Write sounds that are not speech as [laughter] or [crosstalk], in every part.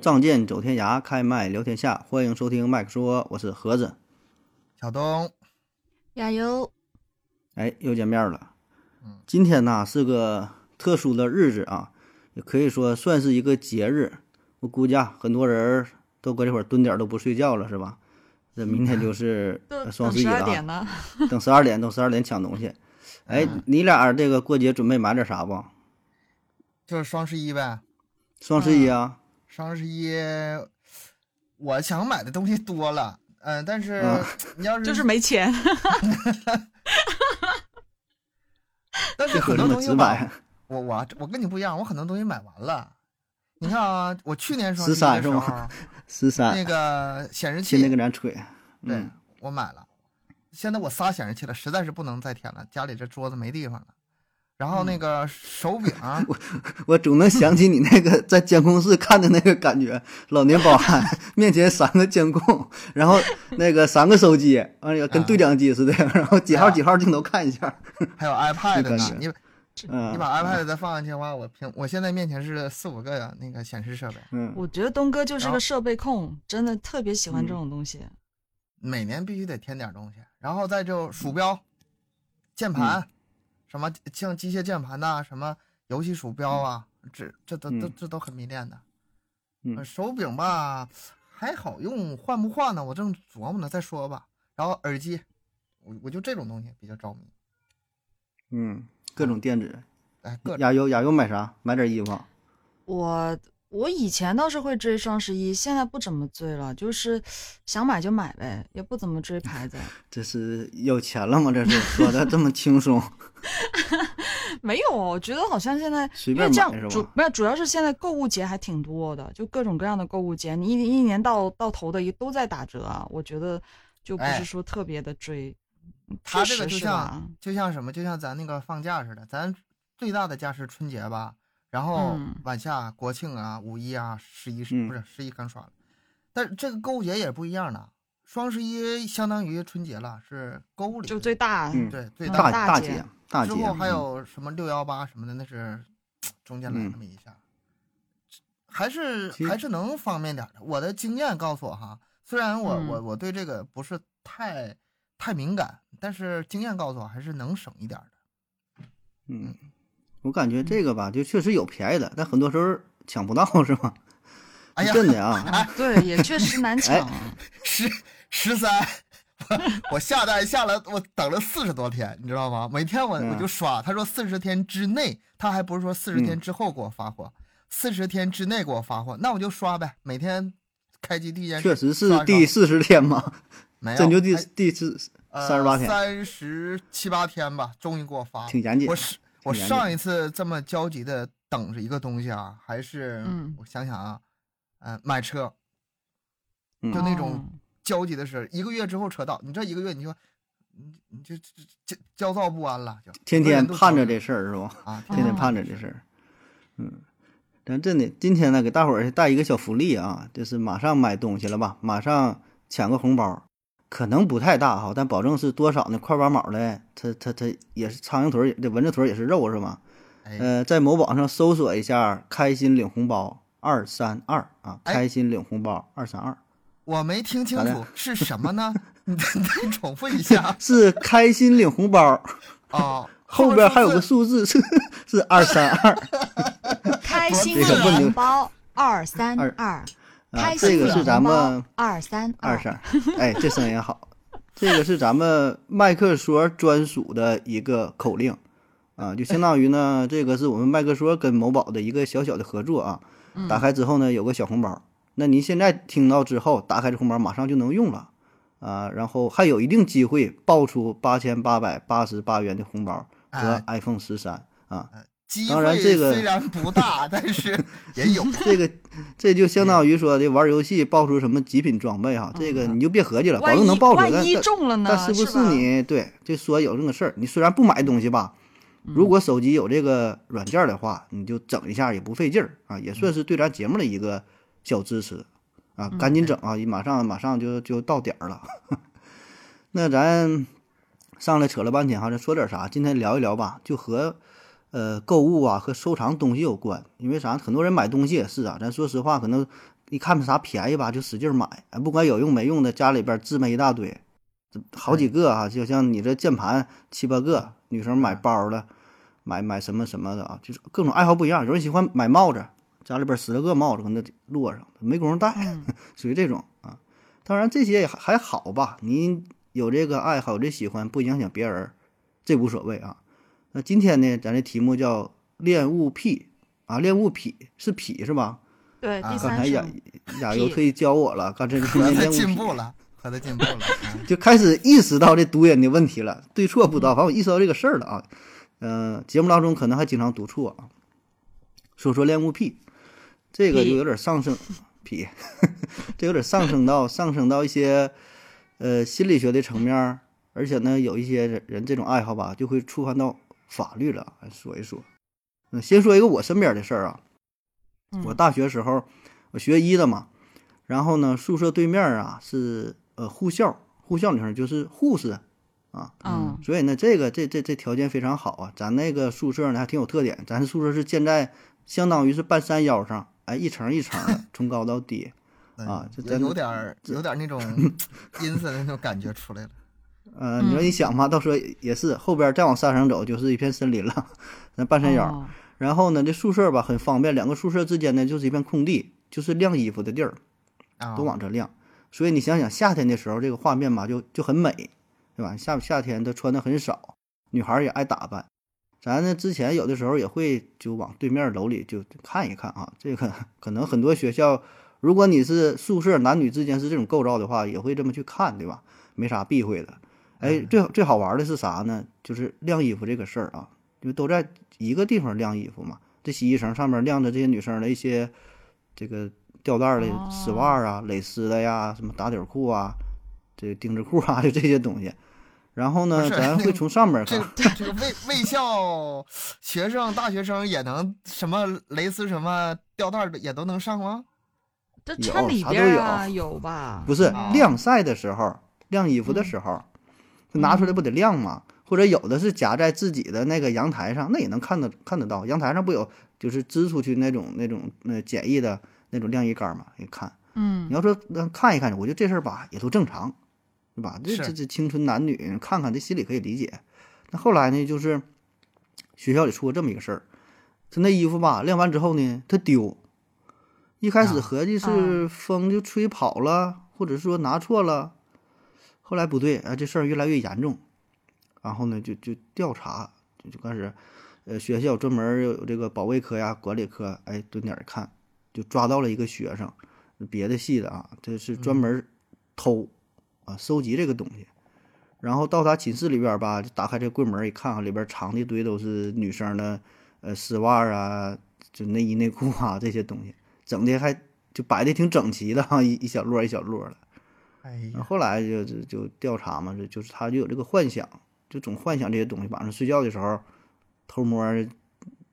仗剑走天涯，开麦聊天下。欢迎收听麦克说，我是盒子。小东，加油！哎，又见面了。今天呢是个特殊的日子啊，也可以说算是一个节日。我估计啊，很多人儿都搁这会儿蹲点儿都不睡觉了，是吧？这明天就是嗯都呃双等十一十了二啊点，呢， [laughs] 等十二点，等十二点抢东西。哎，你俩儿这个过节准备买点啥不？就是双十一呗。双十一啊，双十一，我想买的东西多了，嗯、但是、嗯你要是就是，没钱。但是这可很这多么东西直白吧，。我我我跟你不一样，我很多东西买完了。你看啊，我去年双十一13的时是候 [laughs] 吗，哎十那三，个显示器天，天跟咱吹。对嗯，我买了。现在我仨显示器了，实在是不能再添了，家里这桌子没地方了。然后那个手柄，嗯啊 [laughs] 我总能想起你那个在监控室看的那个感 [laughs] 觉，老年保安面前三个监控，然后那个三个手机，完了啊跟对讲机似的，然后几号几号镜头看一下，还有 iPad 感呢觉，你嗯，啊你把 iPad 再放上去的话，我屏我现在面前是四五个那个显示设备，嗯， [laughs] 我觉得东哥就是然后个设备控，真的特别喜欢嗯这种东西。每年必须得添点东西。然后再就嗯鼠标、键盘，什么像机械键盘呐、什么游戏鼠标啊，这这都都嗯这都很迷恋的。嗯呃手柄吧还好用，换不换呢？我正琢磨呢，再说吧。然后耳机，我我就这种东西比较着迷，嗯，各种电子。哎，各种亚优亚优买啥？买点衣服。我我以前倒是会追双十一，现在不怎么追了，就是想买就买呗，也不怎么追 [laughs] 牌子。这是有钱了吗？这是说的这么轻 [laughs] 松？没有，我觉得好像现在随因便为这买是样吧主没有，主要是现在购物节还挺多的，就各种各样的购物节，你一一年到到头的也都在打折啊。我觉得就不哎是说特别的追，他确这个实就是吧像就像什么，就像咱那个放假似的，咱最大的假是春节吧，然后嗯晚下国庆啊、五一啊、十一嗯不是十一刚耍了，但是这个购物节也不一样的，双十一相当于春节了，是购物里就的最大。嗯对最嗯大大的，大姐姐大姐之，后还有什么六幺八什么的，那是中间来嗯那么一下，还是其实还是能方便点儿的。我的经验告诉我哈，虽然我、嗯我我对这个不是太太敏感，但是经验告诉我还是能省一点儿的。嗯，我感觉这个吧，嗯就确实有便宜的，但很多时候抢不到是吧？ [laughs] 哎呀，真的啊，啊，对，也确实难哎抢啊。 [laughs] 十十三，我我下单下了，我等了四十多天，你知道吗？每天我嗯嗯我就刷，他说四十天之内，他还不是说四十天之后给我发货，四十天之内给我发货，那我就刷呗，每天开机第一件事确实刷是一第刷四十天嘛，没有，哎真呃就第第四三十八天，三十七八天吧，终于给我发了。挺严谨啊我。是我挺严上一次这么焦急的等着一个东西啊，还是、嗯我想想啊，嗯、买车嗯就那种哦焦急的事，一个月之后车到，你这一个月你就你你就就就焦躁不安了，就天天盼着这事事儿是吧？啊，天天哦盼着这事儿。嗯，咱真的今天呢，给大伙儿带一个小福利啊，就是马上买东西了吧，马上抢个红包，可能不太大哈，但保证是多少呢？块八毛的，它它它也是苍蝇腿儿也，这蚊子腿儿也是肉是吧？哎，呃，在某宝上搜索一下“开心领红包二三二”啊，“哎开心领红包二三二”。我没听清咋的 [laughs] 楚是什么呢？你再 [laughs] 你再重复一下是开心领红 [laughs] 包， [laughs] 啊，后边还有个数字是是二三二哦 [clears throat] 开心这个的问题红包二三二二，啊开，心这个领是咱红包啊们二三二三，哎，这声音好，这个是咱们麦克说专属的一个口令啊，就相当于呢，这个是我们麦克说跟某宝的一个小小的合作啊，嗯打开之后呢有个小红包，那您现在听到之后，打开这红包马上就能用了。啊，然后还有一定机会爆出八千八百八十八元的红包和哎 iPhone 十三啊，机当然会这个虽然不大，但 [laughs] 是也有。这个这就相当于说的玩游戏爆出什么极品装备哈，这个你就别合计了，保嗯万证能一爆出来。万一但中了呢？但是不吧是你对就说有这个事儿，你虽然不买东西吧，嗯如果手机有这个软件的话，你就整一下也不费劲儿啊，也嗯算是对咱节目的一个小支持啊，赶紧整啊，马上马上就就到点儿了。 [laughs] 那咱上来扯了半天哈，咱说点啥？今天聊一聊吧，就和呃购物啊和收藏东西有关，因为啥？很多人买东西也是啊，咱说实话，可能一看啥便宜吧，就使劲买，哎不管有用没用的，家里边置备一大堆，这好几个啊，就像你这键盘七八个，女生买包了，买买什么什么的啊，就是各种爱好不一样，有人喜欢买帽子，家里边十来个帽子搁那摞上，没工夫戴， [laughs] 嗯，属于这种啊。当然这些也还还好吧，你有这个爱好，有这喜欢，不影响别人，这无所谓啊。那今天呢，咱这题目叫恋物癖啊，恋物癖是癖是吧？对，啊刚第三才雅声， [laughs] 雅游特意教我了，刚才说可那他恋物进癖步了，可他进步了。嗯就开始意识到这读音的问题了，对错不知道，反正我意识到这个事儿了啊。嗯、节目当中可能还经常读错啊。说说恋物癖，这个就有点上升癖， [laughs] 这有点上升到上升到一些呃心理学的层面儿，而且呢，有一些人人这种爱好吧，就会触犯到法律了。哎说一说，嗯，先说一个我身边的事儿啊，嗯我大学时候我学医的嘛，然后呢，宿舍对面啊是呃护校，护校女生就是护士啊，嗯所以呢，这个这这这条件非常好啊。咱那个宿舍呢还挺有特点，咱宿舍是建在相当于是半山腰上，哎，一层一层的，从高到低 [laughs] 啊这嗯有真的有点儿有点儿那种 [laughs] 阴森的那种感觉出来了。呃，你说嗯你想吧，到时候也是后边再往山上走就是一片森林了， [laughs] 那半山腰。哦然后呢，这宿舍吧很方便，两个宿舍之间呢就是一片空地，就是晾衣服的地儿。啊，都往这晾。所以你想想，夏天的时候这个画面吧，就就很美，对吧？夏夏天她穿的很少，女孩儿也爱打扮。咱呢之前有的时候也会就往对面楼里就看一看啊，这个可能很多学校，如果你是宿舍男女之间是这种构造的话，也会这么去看，对吧？没啥避讳的。哎，嗯最最好玩的是啥呢？就是晾衣服这个事儿啊，因为都在一个地方晾衣服嘛。这洗衣绳上面晾着这些女生的一些这个吊带儿的哦丝袜儿啊、蕾丝的呀、什么打底儿裤啊、这个丁字裤啊，就 [laughs] 这些东西。然后不呢，是咱会从上 [laughs] 面这看，这这个卫卫校学生、大学生也能什么蕾丝、什么吊带儿的也都能上吗？这有衬里啥都边儿啊，有吧？不是啊晾晒的时候，晾衣服的时候，就拿出来不得晾吗？或者有的是夹在自己的那个阳台上，那也能看得看得到。阳台上不有就是支出去那种那种呃简易的那种晾衣杆嘛？一看，嗯你，要说那看一看，我觉得这事儿吧也都正常，对吧？这是这这青春男女看看，这心里可以理解。那后来呢，就是学校里出过这么一个事儿，他那衣服吧晾完之后呢，他丢。一开始啊合计是啊风就吹跑了，或者说拿错了，后来不对，啊，这事儿越来越严重，然后呢就就调查，就就开始，呃，学校专门儿有这个保卫科呀、管理科，哎，蹲点儿看，就抓到了一个学生，别的系的啊，这是专门儿偷啊收集这个东西，然后到他寝室里边儿吧，就打开这柜门儿一看啊，里边儿藏的一堆都是女生的呃丝袜儿啊，就内衣内裤啊这些东西，整的还就摆的挺整齐的哈、一一小摞儿一小摞儿的。哎然后呀，后来就就就调查嘛，就就是他就有这个幻想，就总幻想这些东西，晚上睡觉的时候偷摸儿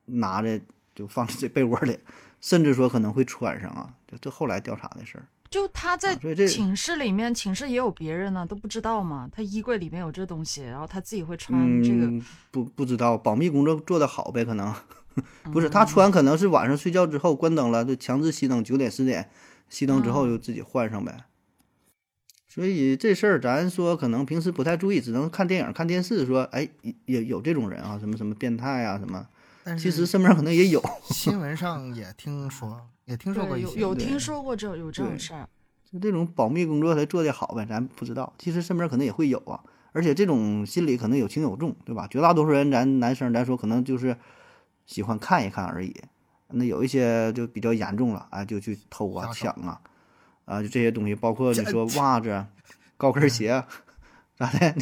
拿着就放在这被窝里，甚至说可能会穿上啊，就这后来调查的事儿。就他在啊所以这寝室里面，寝室也有别人呢，都不知道嘛。他衣柜里面有这东西，然后他自己会穿这个。嗯，不不知道，保密工作做得好呗，可能不是嗯他穿，可能是晚上睡觉之后关灯了，就强制熄灯，九点十点熄灯之后就自己换上呗。所以这事儿咱说可能平时不太注意，只能看电影、看电视说，哎，也有这种人啊，什么什么变态啊，什么，但其是实身边可能也有，新闻上也听说，也听说过对，一有些。有对听说过这有这种事儿。就这种保密工作才做得好呗，咱不知道，其实身边可能也会有啊，而且这种心理可能有轻有重，对吧？绝大多数人，咱男生来说，可能就是喜欢看一看而已。那有一些就比较严重了，哎，就去偷啊、下抢啊，啊，就这些东西，包括你这说袜子、高跟 [laughs] 鞋，咋的？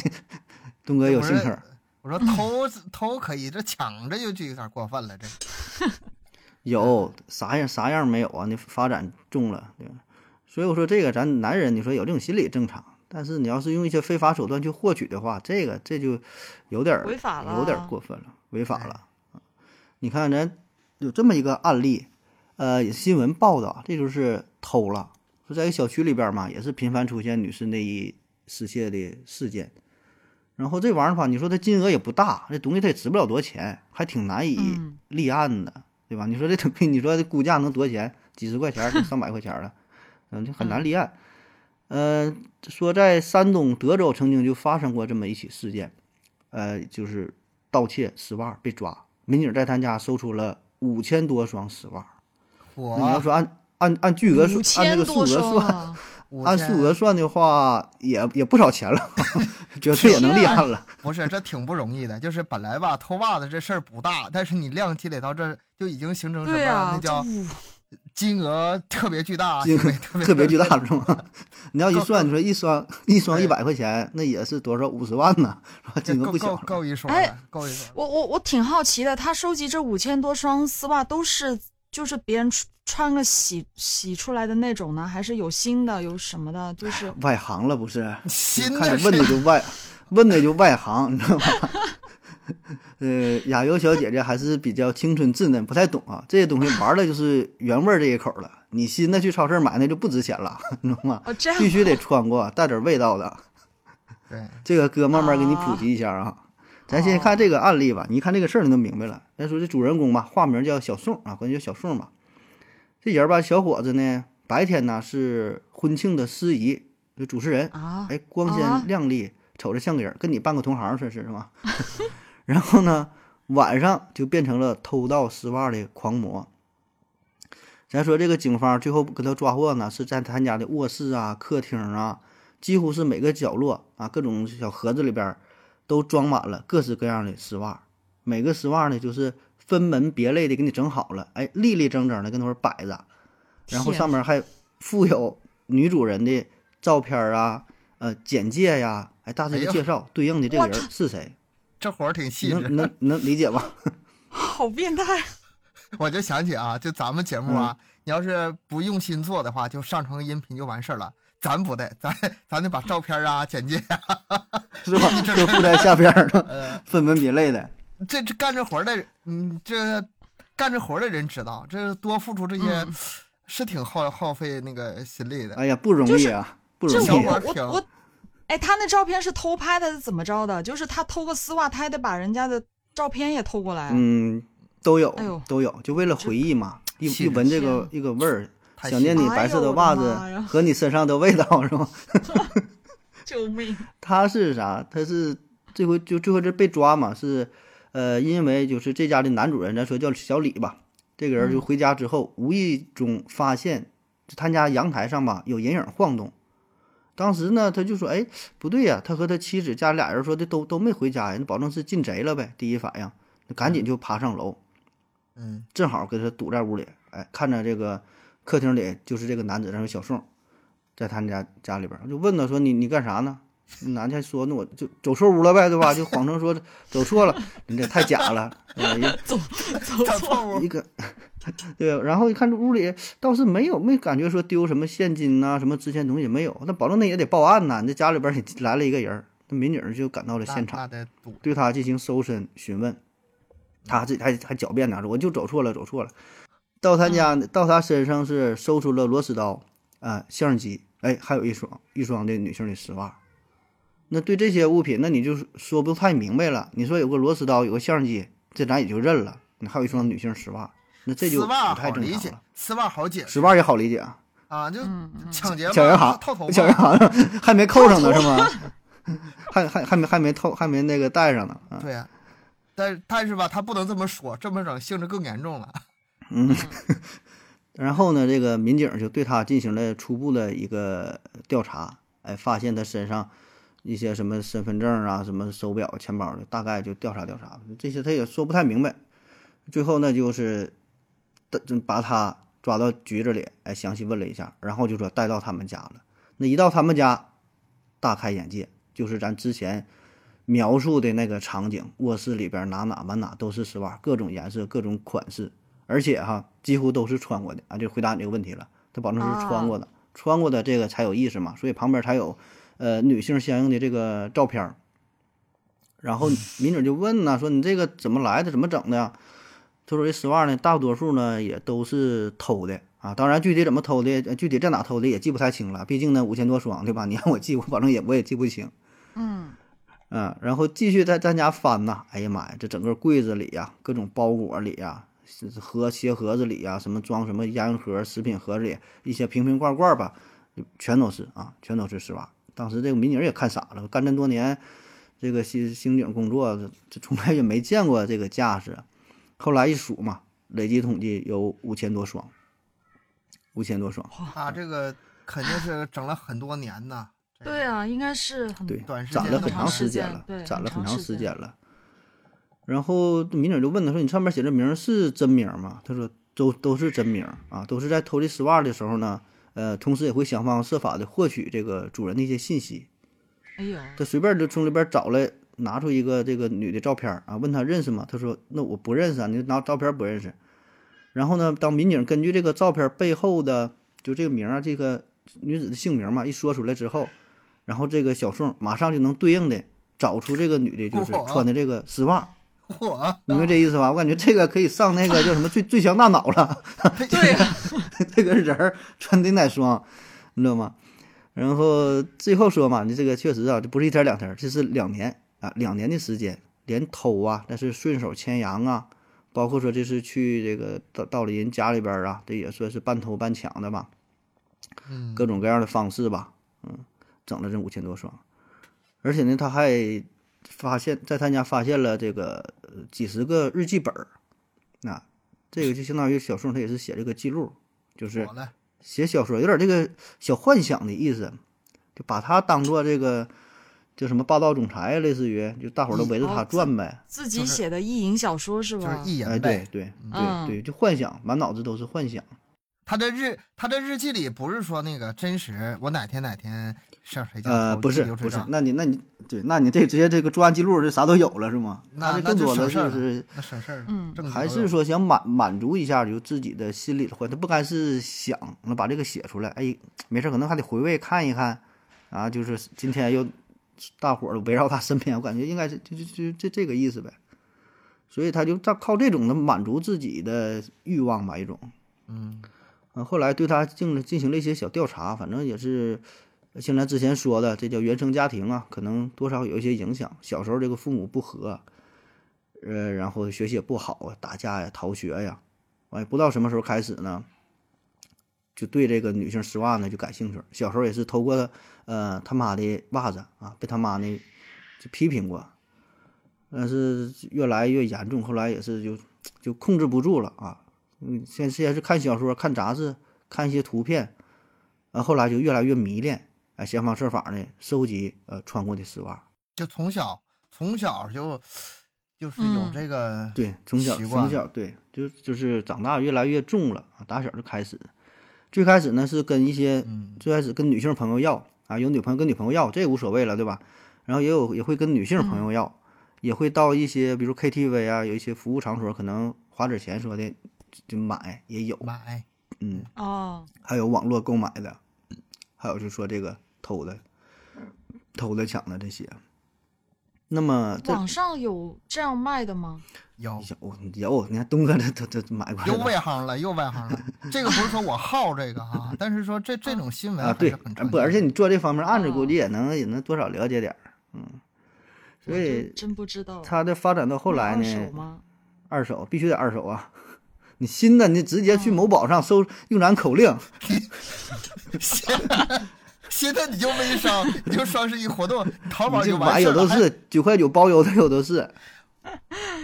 东哥有我心说疼儿，我说偷偷可以，这抢着就就有点过分 [laughs] 了。这有啥样啥样没有啊？你发展重了，对吧？所以我说这个咱男人，你说有这种心理正常，但是你要是用一些非法手段去获取的话，这个这就有点儿违法了啊有点儿过分了，违法了。啊你看咱有这么一个案例，呃，也是新闻报道，这就是偷了，说在一个小区里边嘛，也是频繁出现女士内衣失窃的事件。然后这玩意儿吧，你说它金额也不大，这东西它也值不了多少钱，还挺难以嗯 [laughs] 立案的，对吧？你说这东西，你说这估价能多少钱？几十块钱儿，上百块钱儿了，嗯，就很难立案。呃，说在山东德州曾经就发生过这么一起事件，呃，就是盗窃丝袜被抓，民警在他家搜出了五千多双丝袜。那你要我说按按按巨额五算，按这千个数多额双算，啊！五按千数额算的话，也也不少钱 [laughs] 了，绝对也能啊立案了。不是这挺不容易的，就是本来吧偷袜子这事儿不大，但是你量积累到这儿就已经形 [laughs] 成什么对样、啊那，叫这五金额特别巨大，金额行为啊特别特别巨大。大是吗？ [laughs] 你要一算，你说一双一双一百块钱，那也是多少五十万呢？是吧？这金额够不小够了。够一说哎了，够一说了。我我我挺好奇的，他收集这五千多双丝袜都是就是别人穿穿了洗洗出来的那种呢，还是有新的有什么的？就是外行了不是？新看的你问的是就 [laughs] 外，问的就外行，你知道吗？ [laughs] 呃，亚优小姐姐还是比较青春稚嫩，不太懂啊。这些东西玩的就是原味儿这一口了，你新的去超市买那就不值钱了，你知道吗？哦这啊样必须得穿过，带点味道的。对，这个哥慢慢给你普及一下啊。咱先看这个案例吧，你一看这个事儿你就明白了。咱说这主人公吧，化名叫小宋啊，管他叫小宋吧。这人吧，小伙子呢，白天呢是婚庆的司仪，就主持人，啊，哎，光啊鲜亮丽，瞅着像个人儿，跟你半个同行似的，是吗？ [laughs] 然后呢，晚上就变成了偷盗丝袜的狂魔。咱说这个警方最后给他抓获呢，是在他家的卧室啊、客厅啊，几乎是每个角落啊，各种小盒子里边儿都装满了各式各样的丝袜。每个丝袜呢，就是分门别类的给你整好了，哎，立立正正的跟那块儿摆着，然后天上面还附有女主人的照片儿啊、呃简介呀、哎，大致哎的呦介绍对应的这个我人操是谁，这活儿挺细致能。能能理 [laughs] 解吧？好变态， [laughs] 我就想起啊，就咱们节目啊，嗯你要是不用心做的话，就上传个音频就完事儿了。咱不得，咱咱得把照片啊、简介啊，是吧？就附在下边儿 [laughs] 哎呢，呃，分门别类的。这这干这活儿的，嗯，这干这活儿的人知道，这多付出这些、嗯 [laughs] 是挺耗耗费那个心力的。哎呀，不容易啊，不这容小易伙啊、儿我我挺我，哎，他那照片是偷拍的，是怎么着的？就是他偷个丝袜，他还得把人家的照片也偷过来。嗯，都有哎呦，都有，就为了回忆嘛，一是一闻这个一个味儿，太想念细你哎白色呦的我的袜妈子呀和你身上的味道，是吗？救 [laughs] 命！他是啥？他是这回就最后这被抓嘛，是呃，因为就是这家的男主人，咱说叫小李吧，这个人就回家之后，无意中发现就他家阳台上吧有人影晃动。当时呢，他就说：“哎，不对呀、他和他妻子家俩人说的都都没回家呀，那保证是进贼了呗。”第一反应，赶紧就爬上楼，嗯，正好给他堵在屋里，哎，看着这个客厅里就是这个男子，然后小宋，在他们家家里边儿，就问他说你你干啥呢？男的还说那我就走错屋了呗，对吧？就谎称说走错了， [laughs] 你这太假了，对吧？一走走找错，错误一个 [laughs] 对，然后一看这屋里倒是没有，没感觉说丢什么现金啊呐、什么值钱东西没有。那保证那也得报案呐、你这家里边儿也来了一个人儿，那民警就赶到了那现场那，得堵。对他进行搜身询问，他自己还还狡辩呢，说我就走错了，走错了。到他家，嗯到他身上是搜出了螺丝刀，啊、相机，哎，还有一双一双的女性的丝袜。那对这些物品，那你就是说不太明白了。你说有个螺丝刀，有个相机，这咱也就认了。你还有一双女性丝袜，那这就丝不袜太好正理常解了。，丝袜好解丝袜也好理解啊，啊，就嗯嗯抢劫嘛小人行套头，小嘛人 [laughs] 行还没扣上呢是吗？ [laughs] 还还还没还没透，还没那个戴上呢啊。对呀、但但是吧，他不能这么说，这么整性质更严重了。然后呢，这个民警就对他进行了初步的一个调查，哎，发现他身上一些什么身份证啊、什么手表、钱包的，大概就调查调查这些，他也说不太明白。最后呢，就是的就把他抓到局子里，哎，详细问了一下，然后就说带到他们家了。那一到他们家，大开眼界，就是咱之前描述的那个场景，卧室里边哪哪满哪都是丝袜，各种颜色、各种款式，而且哈，几乎都是穿过的啊。就回答你这个问题了，他保证是穿过的，穿过的这个才有意思嘛，所以旁边才有呃女性相应的这个照片儿。然后民警就问呐、说你这个怎么来的，怎么整的呀、他说这丝袜呢，大多数呢也都是偷的啊。当然，具体怎么偷的，呃具体在哪偷的也记不太清了。毕竟呢，五千多双，对吧？你让我记，我反正也我也记不清。嗯，嗯，然后继续在咱家翻呐，哎呀妈呀，这整个柜子里呀、各种包裹里呀、是盒鞋盒子里呀、什么装什么鸭绒盒、食品盒里一些瓶瓶罐罐吧，全都是啊，全都是丝袜。当时这个民警也看傻了，干这么多年，这个刑刑警工作，这这从来也没见过这个架势。后来一数嘛，累计统计有五千多双，五千多双。他这个肯定是整了很多年呐。 [laughs] 这个对，啊，应该是很对，短时攒间了的很嘛长时时间间了对，攒很了很长时时间间了。然后民警就问他说：“你上面写这名儿是真名儿吗？”他说：“都都是真名儿啊，都是在偷这丝袜的时候呢，呃，同时也会想方设法的获取这个主人的一些信息。哎呦，他随便就从里边找了，拿出一个这个女的照片儿啊，问他认识吗？他说：“那我不认识啊，你拿照片不认识。”然后呢，当民警根据这个照片背后的就这个名儿啊，这个女子的姓名嘛，一说出来之后，然后这个小宋马上就能对应的找出这个女的，就是哇穿的这个丝袜，嚯，明白这意思吧？我感觉这个可以上那个叫什么最最强大脑了。对啊， [laughs] 这个人儿穿的哪双，你知道吗？然后最后说嘛，你这个确实啊，这不是一天两天儿，这是两年啊，两年的时间，连偷啊，但是顺手牵羊啊，包括说这是去这个到到了人家里边儿啊，这也算是半偷半抢的吧， [laughs] 嗯，各种各样的方式吧，嗯，整了这五千多双，而且呢，他还发现，在他家发现了这个呃几十个日记本儿，那、这个就相当于小宋他也是写这个记录，就是火了，写小说，有点这个小幻想的意思，就把他当做这个叫什么霸道总裁啊，类似于就大伙儿都嗯围着哦他转呗。自己就是写的意淫小说是就是吧？一哎，言对呗。对对嗯对，就幻想，满脑子都是幻想。他这日他这日记里不是说那个真实，我哪天哪天上谁家呃，偷不是流水不是账，那你那你对，那你这直接这个作案记录这啥都有了是吗？那这那更就多的省事就儿是那省事儿了。嗯正还着是用说想满满足一下就自己的心里的幻，他不该是想，那把这个写出来，哎，没事儿可能还得回味看一看，啊，就是今天又大伙儿围绕他身边，我感觉应该是就就就这这个意思呗，所以他就在靠这种的满足自己的欲望吧，一种，嗯，啊，后来对他进了进行了一些小调查，反正也是，像咱之前说的，这叫原生家庭啊，可能多少有一些影响。小时候这个父母不和，呃，然后学习也不好啊，打架呀、逃学呀，完也不知道什么时候开始呢，就对这个女性丝袜呢就感兴趣儿。小时候也是偷过呃他妈的袜子啊，被他妈呢就批评过，但是越来越严重，后来也是就就控制不住了啊，嗯，先先是看小说、看杂志、看一些图片，啊，后来就越来越迷恋，哎，想方设法呢收集呃穿过的丝袜。就从小从小就就是有嗯这个、对，从小习惯从小对，就就是长大越来越重了啊，打小就开始。最开始呢是跟一些嗯最开始跟女性朋友要啊，有女朋友跟女朋友要，这无所谓了，对吧？然后也有也会跟女性嗯朋友要，也会到一些比如 KTV 啊，有一些服务场所，可能花点钱说的就买也有，买嗯。哦，还有网络购买的，还有就是说这个偷的、偷的、抢的这些。那么这网上有这样卖的吗？有有有，你看东哥这这这买过又来外行了，又外 [laughs] 行了。这个不是说我好这个哈，但是说这这种新的闻啊，还是对，很啊常不，而且见的你做这方面案子，估计哦也能也能多少了解点儿，嗯。所我以真真不知道。它的发展到后来二手呢，吗？二手必须得二手啊。 [laughs] 你新的，你直接哦去某宝上搜用咱口令，现在你就微商，你就双十一活动，淘宝你就这完买事有儿都了。哎还是九块九包邮的，有都是。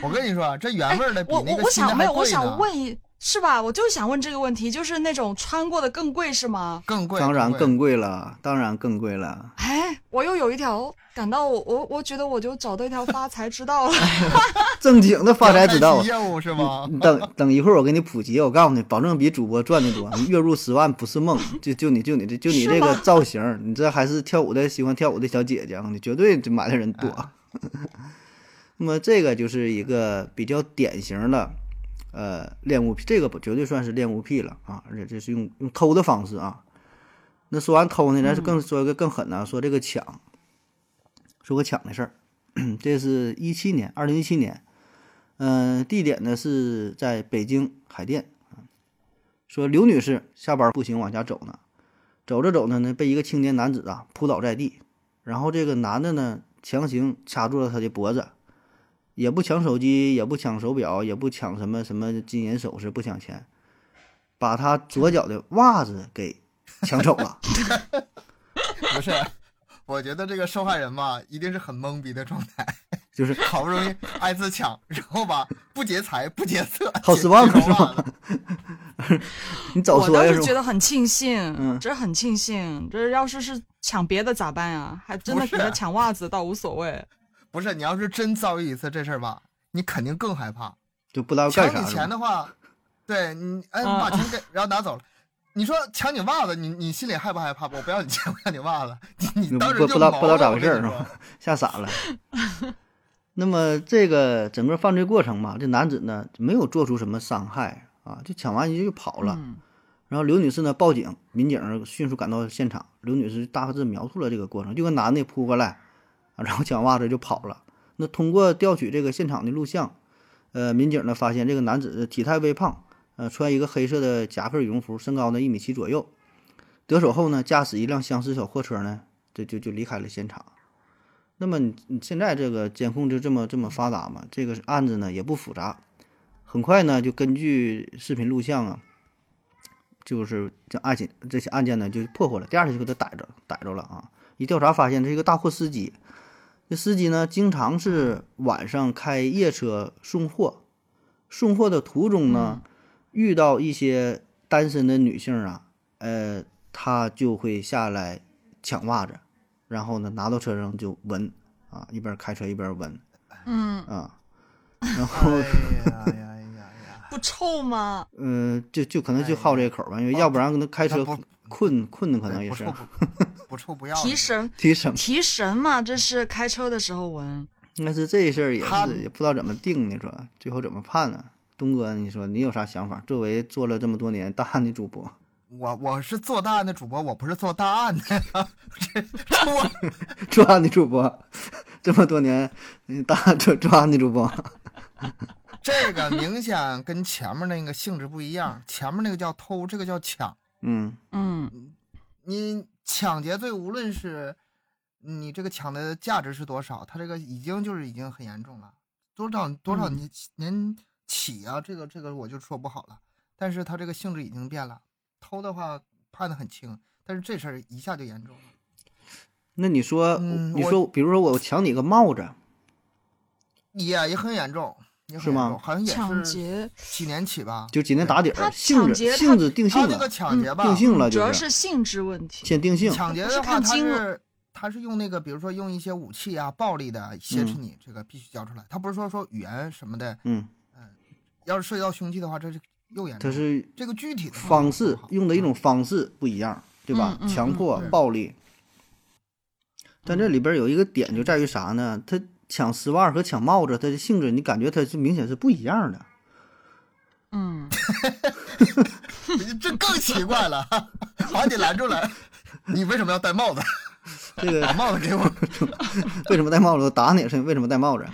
我跟你说啊，这原味儿的比哎我那我个我新的想没还有，我贵呢想，问一，是吧？我就想问这个问题，就是那种穿过的更贵是吗？更贵，当然贵。更贵了，当然更贵了。哎，我又有一条感到我我我觉得我就找到一条发财之道了。正经的发财之道啊要开启！业务是吗？你等等一会儿，我给你普及，我告诉你，保证比主播赚的多。你月入十万不是梦，就就你就你这就你这个造型，你这还是跳舞的喜欢跳舞的小姐姐啊，你绝对这买的人多。 [laughs] 那么这个就是一个比较典型的，呃，恋物癖，这个不绝对算是恋物癖了啊，而且这是用用偷的方式啊。那说完偷呢，咱是更说一个更狠的啊，说这个抢，说个抢的事儿， [clears throat] 这是一七年，二零一七年。嗯，地点呢是在北京海淀啊。说刘女士下班步行往家走呢，走着走着呢，被一个青年男子啊扑倒在地，然后这个男的呢强行掐住了她的脖子，也不抢手机，也不抢手表，也不抢什么什么金银首饰，不抢钱，把他左脚的袜子给抢走 [laughs] 了。不是， [laughs] 我觉得这个受害人吧，一定是很懵逼的状态，就是好不容易挨次抢，然后吧不劫财不劫色，好失望劫是吧袜子？你早我说当呀，时觉是吧？得很庆幸，嗯这很庆幸，这要是是抢别的咋办呀？还真的不是给他抢袜子倒无所谓。不是，你要是真遭遇一次这事儿吧，你肯定更害怕。就不知道抢干啥你是钱吧。的话，对你，哎，你嗯把钱给，然后拿走了。你说抢你袜子，你你心里害不害怕？我不要你钱，我要你袜子。你你不当时不就不知道毛不知道了咋我回跟事你是说吧？吓傻了。那么这个整个犯罪过程吧，这男子呢没有做出什么伤害啊，就抢完就跑了。嗯然后刘女士呢报警，民警迅速赶到现场。刘女士大致描述了这个过程，就跟男的扑过来，啊，然后抢袜子就跑了。那通过调取这个现场的录像，呃，民警呢发现这个男子体态微胖，呃，穿一个黑色的夹克羽绒服，身高呢一米七左右。得手后呢，驾驶一辆厢式小货车呢，这就就离开了现场。那么你你现在这个监控就这么这么发达嘛？这个案子呢也不复杂，很快呢就根据视频录像啊，就是这案件这些案件呢就破获了。第二天就给他逮着逮着了啊！一调查发现，这是一个大货司机。这司机呢，经常是晚上开夜车送货，送货的途中呢，嗯遇到一些单身的女性啊，呃，他就会下来抢袜子，然后呢拿到车上就闻啊，一边开车一边闻嗯，啊，然 [laughs] 后哎呀呀呀呀！不臭吗？嗯、呃就就可能哎就好这口吧，因为要不然可能开那车哦不困困的可能对也不是 [laughs] 臭不不臭不要的。提神提神，提神嘛，这是开车的时候闻。但是这事儿也他是也不知道怎么定的，说最后怎么判呢？东哥，你说你有啥想法？作为做了这么多年大案的主播，我我是做大案的主播，我不是做大案的。 [laughs] 这这我做案的主播，这么多年，嗯大案做做案的主播，这个明显跟前面那个性质不一样，前面那个叫偷，这个叫抢。嗯嗯你抢劫罪，无论是你这个抢的价值是多少，他这个已经就是已经很严重了，多少多少嗯年年起啊，这个这个我就说不好了。但是他这个性质已经变了，偷的话判的很轻，但是这事儿一下就严重了。那你说，嗯你我说，比如说我抢你个帽子，也也很严重，也是很严吗重，好像抢也是劫，几年起吧。就今天打底他儿，性抢质劫他性质定性他这个了，嗯抢劫吧，定性了主就要是是性质问题。先定性，抢劫不是的话，看他金额是他是用那个，比如说用一些武器啊、暴力的挟持嗯你，这个必须交出来。他不是说说语言什么的，嗯，要是涉及到凶器的话，这是又严重它了。是这个具体的方式用的一种。种方式不一样，对吧？哦嗯嗯强迫、嗯嗯暴力，但这里边有一个点就在于啥呢？他抢丝袜和抢帽子，它的性质你感觉它是明显是不一样的。嗯， [laughs] 这更奇怪了， [laughs] 把你拦住了， [laughs] 你为什么要戴帽子？这个把帽子给我。为什么戴帽子？我打你是为什么戴帽子？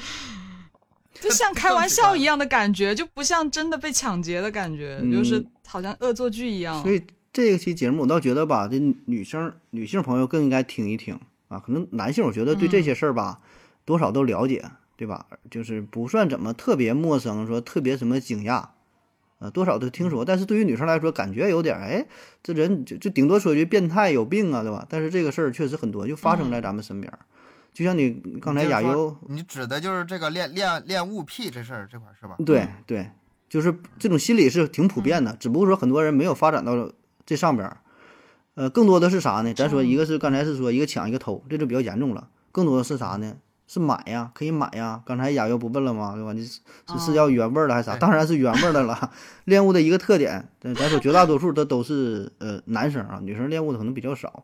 就像开玩笑一样的感觉，就不像真的被抢劫的感觉，嗯就是好像恶作剧一样。所以这期节目我倒觉得吧，这女生女性朋友更应该听一听啊。可能男性我觉得对这些事儿吧，多少都了解，对吧？就是不算怎么特别陌生，说特别什么惊讶，呃，多少都听说。但是对于女生来说，感觉有点儿哎，这人就就顶多说一句变态有病啊，对吧？但是这个事儿确实很多，就发生在咱们身边儿。就像你刚才就是亚说优，你指的就是这个恋恋恋物癖这事儿这块儿是吧？对对，就是这种心理是挺普遍的，只不过说很多人没有发展到这上边儿。呃，更多的是啥呢？咱说一个是刚才是说一个抢一个偷，这就比较严重了。更多的是啥呢？是买呀，可以买呀。刚才雅优不问了吗？对吧？你是是嗯是要原味儿的还是啥？对当然是原味儿的了。 [laughs] 恋物的一个特点，咱咱说绝大多数的都是呃男生啊，女生恋物的可能比较少。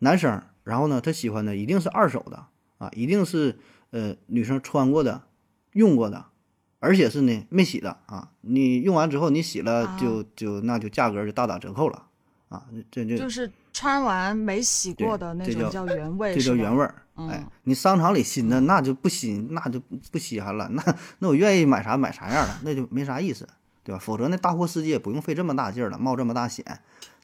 男生，然后呢，他喜欢的一定是二手的啊，一定是呃女生穿过的、用过的，而且是呢没洗的啊。你用完之后你洗了啊就就那就价格就大打折扣了啊，这这就是穿完没洗过的那对种这叫原味，这叫原味。味儿。嗯哎，你商场里新的那就不新，那就不稀罕了。那那我愿意买啥买啥样的，那就没啥意思，对吧？否则那大货司机也不用费这么大劲儿了，冒这么大险。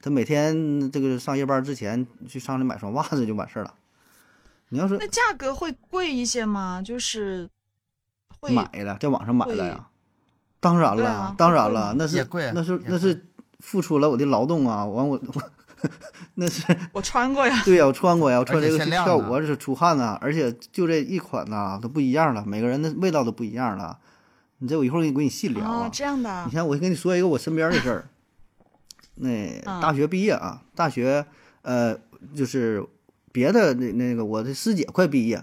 他每天这个上夜班之前去商里买双袜子就完事儿了。你要是那价格会贵一些吗？就是会买了，在网上买了呀。当然对了，啊当然会吗了，那也是贵啊那是也那是付出了我的劳动啊！完我 [laughs] 我那是我穿过 [laughs] 呀，对呀、我穿过呀，我穿这而个去且限量跳舞的啊，这是出汗呐、而且就这一款呐、都不一样了，每个人的味道都不一样了。你这我一会儿给你给你细聊啊啊。这样的啊你，看，我跟你说一个我身边的事儿。 [laughs] 那啊大学毕业啊，大学呃，就是别的那那个我的师姐快毕业，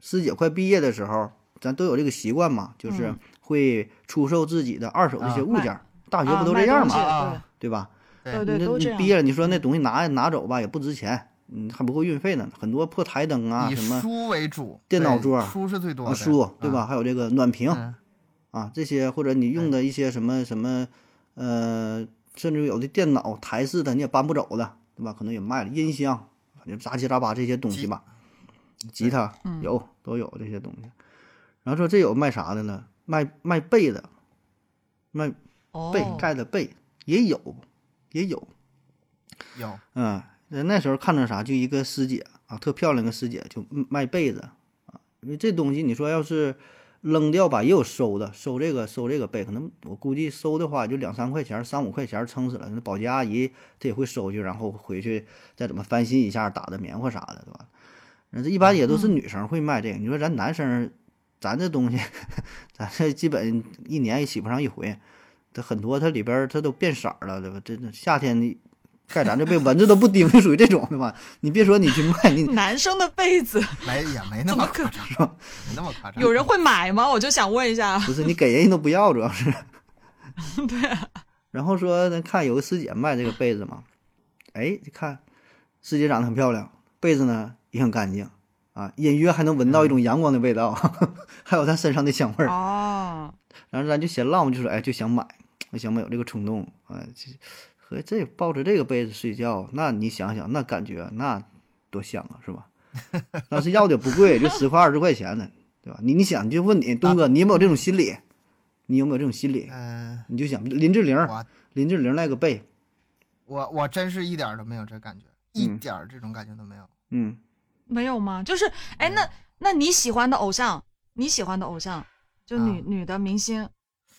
师姐快毕业的时候，咱都有这个习惯嘛，就是嗯会出售自己的二手的一些啊物件儿。大学啊不都卖这样东西嘛，啊对吧？对你对对，这都这你样。嗯毕业了，你说那东西拿拿走吧，也不值钱，嗯，还不够运费呢。很多破台灯啊，以什么书为主，电脑对桌书是最多啊的，书，对吧？还有这个暖瓶嗯？啊，这些或者你用的一些什么什么，呃，甚至有的电脑台式的你也搬不走的，对吧？可能也卖了，音箱，反正杂七杂八这些东西吧，吉他嗯有都有这些东西。然后说这有卖啥的了？卖卖被的，卖被哦，盖的被也有，也有。嗯有嗯，那那时候看着啥，就一个师姐啊，特漂亮个师姐，就卖被子啊。因为这东西你说要是扔掉吧，也有收的，收这个收这个被，可能我估计收的话就两三块钱儿、三五块钱儿撑死了。那保洁阿姨她也会收去，然后回去再怎么翻新一下，打的棉花啥的，对吧？那这一般也都是女生会卖这个。你说咱男生，咱这东西， [laughs] 咱这基本一年也洗不上一回。它很多，它里边儿它都变色儿了，对吧？这这夏天你盖咱这被蚊子都不叮，就属于这种的吧？你别说你去卖，你男生的 [laughs] 被子没也没那怎么么夸可张，没那么夸张。有人会买吗？我就想问一下不是你给人家都不要，主要是。对、然后说，咱看有个师姐卖这个被子嘛，哎，一看师姐长得很漂亮，被子呢也很干净啊，隐约还能闻到一种阳光的味道， [laughs] 还有她身上的香味儿。哦，然后咱就闲唠，就说哎，就想买，我想买有这个冲动，哎，这和这抱着这个被子睡觉，那你想想那感觉那多香啊，是吧？ [laughs] 当时要的也不贵，就十块二十块钱的，对吧？你你想，你就问你东哥，你有没有这种心理？你有没有这种心理？嗯，你就想林志玲，我林志玲那个被，我我真是一点儿都没有这感觉，一嗯点儿这种感觉都没有。嗯，没有吗？就是，嗯哎，那那你喜欢的偶像，你喜欢的偶像，就女、啊女的明星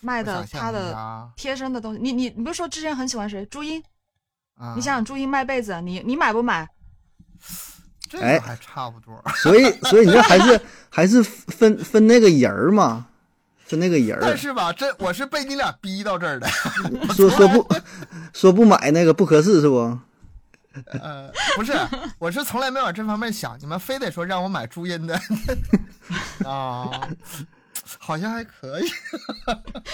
卖我的想象她一的下贴身的东西，你你你不是说之前很喜欢谁？朱茵，啊，你想想朱茵卖被子，你你买不买？这哎个还差 [laughs] 不多，所以所以你这还是还是分分那个人儿嘛，分那个人但儿，是吧，这我是被你俩逼到这儿的。说说不 [laughs] 说不买那个不合适是不？呃，不是，我是从来没往这方面想，你们非得说让我买朱茵的 [laughs] 啊，好像还可以，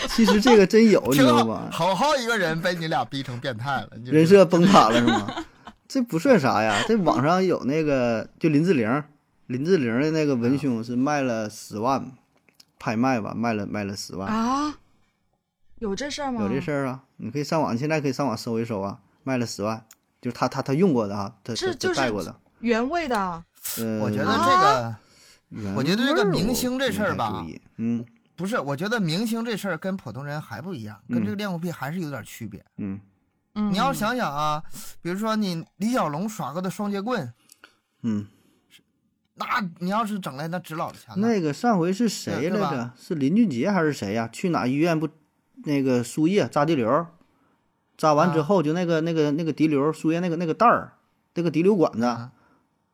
其实这个真有，你知挺道好吧。？好好一个人被你俩逼成变态了，你就啊人是设崩塌了是 [laughs] 吗？这不算啥呀，这网上有那个就林志玲，林志玲的那个文胸是卖了十万，拍卖吧，卖了卖了十万，啊，有这事儿吗？有这事儿，儿啊？你可以上网，现在可以上网搜一搜啊，卖了十万，就是他他他用过的啊，他这他就他是带过的。原味的，呃，我觉得啊这个原我觉得这味个儿明我星这没事儿太吧注意，嗯不是，我觉得明星这事儿跟普通人还不一样，跟这个恋物癖还是有点区别。嗯，嗯，你要想想啊，比如说你李小龙耍过的双截棍，嗯，那你要是整来那值老钱了。那个上回是谁对对来啊吧着？是林俊杰还是谁呀、去哪医院不那个输液扎滴流，扎完之啊后就那个、那个那个滴流输液那个那个袋儿，那个滴流管子、啊嗯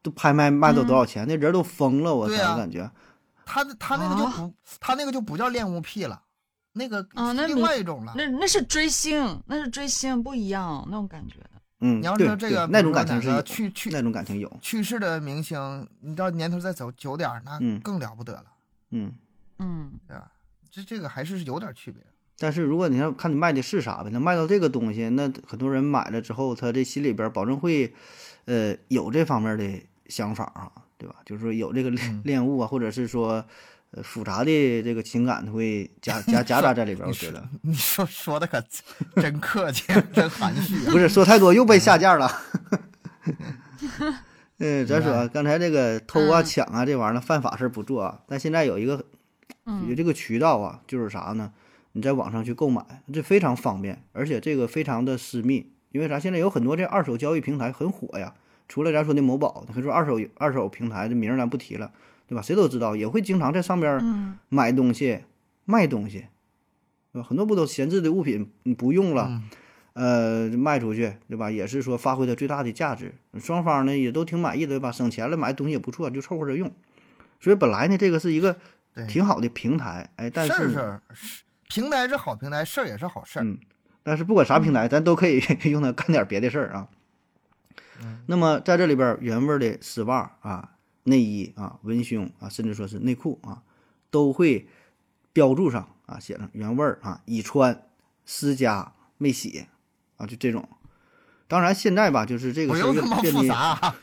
都拍卖卖到多少钱？那人都疯了，我操，对啊我感觉他他那个就啊哦不，他那个就不叫恋物癖了，那个啊那另明外一种了。那那是追星，那是追星不一样那种感觉的。嗯，你要对说这对个那比种如说感情哪是个有，去去那种感情有，去世的明星，你到年头再走久点儿，那嗯更了不得了，嗯。嗯，对吧？这这个还是有点区别。 [laughs] 但是如果你要看你卖的是啥呗，那卖到这个东西，那很多人买了之后，他这心里边保证会，呃，有这方面的想法啊，对吧？就是说有这个恋 [laughs] 恋物啊，或者是说，呃，复杂的这个情感会夹夹夹杂在里边。我觉得你说说的可 [laughs] 真客气，真含蓄啊不是说太多又被下架 [laughs] 了。嗯，咱说啊刚才这个偷啊、嗯抢啊这玩意儿犯法事儿不做啊，但现在有一个有嗯这个渠道啊，就是啥呢？你在网上去购买，这非常方便，而且这个非常的私密。因为啥？现在有很多这二手交易平台很火呀，除了咱说的某宝，可以说二手二手平台的名儿咱不提了，对吧？谁都知道，也会经常在上边儿嗯买东西、卖东西，对吧？很多不都闲置的物品你不用了，嗯呃，卖出去，对吧？也是说发挥它最大的价值，双方呢也都挺满意的，对吧？省钱了，买的东西也不错，就凑合着用。所以本来呢，这个是一个对，挺好的平台，哎，但事是儿呢事儿是平台是好平台，事儿也是好事儿。嗯但是不管啥平嗯台，咱都可以 [laughs] 用它干点别的事儿啊。嗯那么在这里边儿，原味儿的丝袜啊、内衣啊、文胸啊，甚至说是内裤啊，都会标注上啊，写上原味儿啊，已穿，私家没洗啊，就这种。当然现在吧，就是这个不事用儿越那么变复得杂、 [laughs] 啊，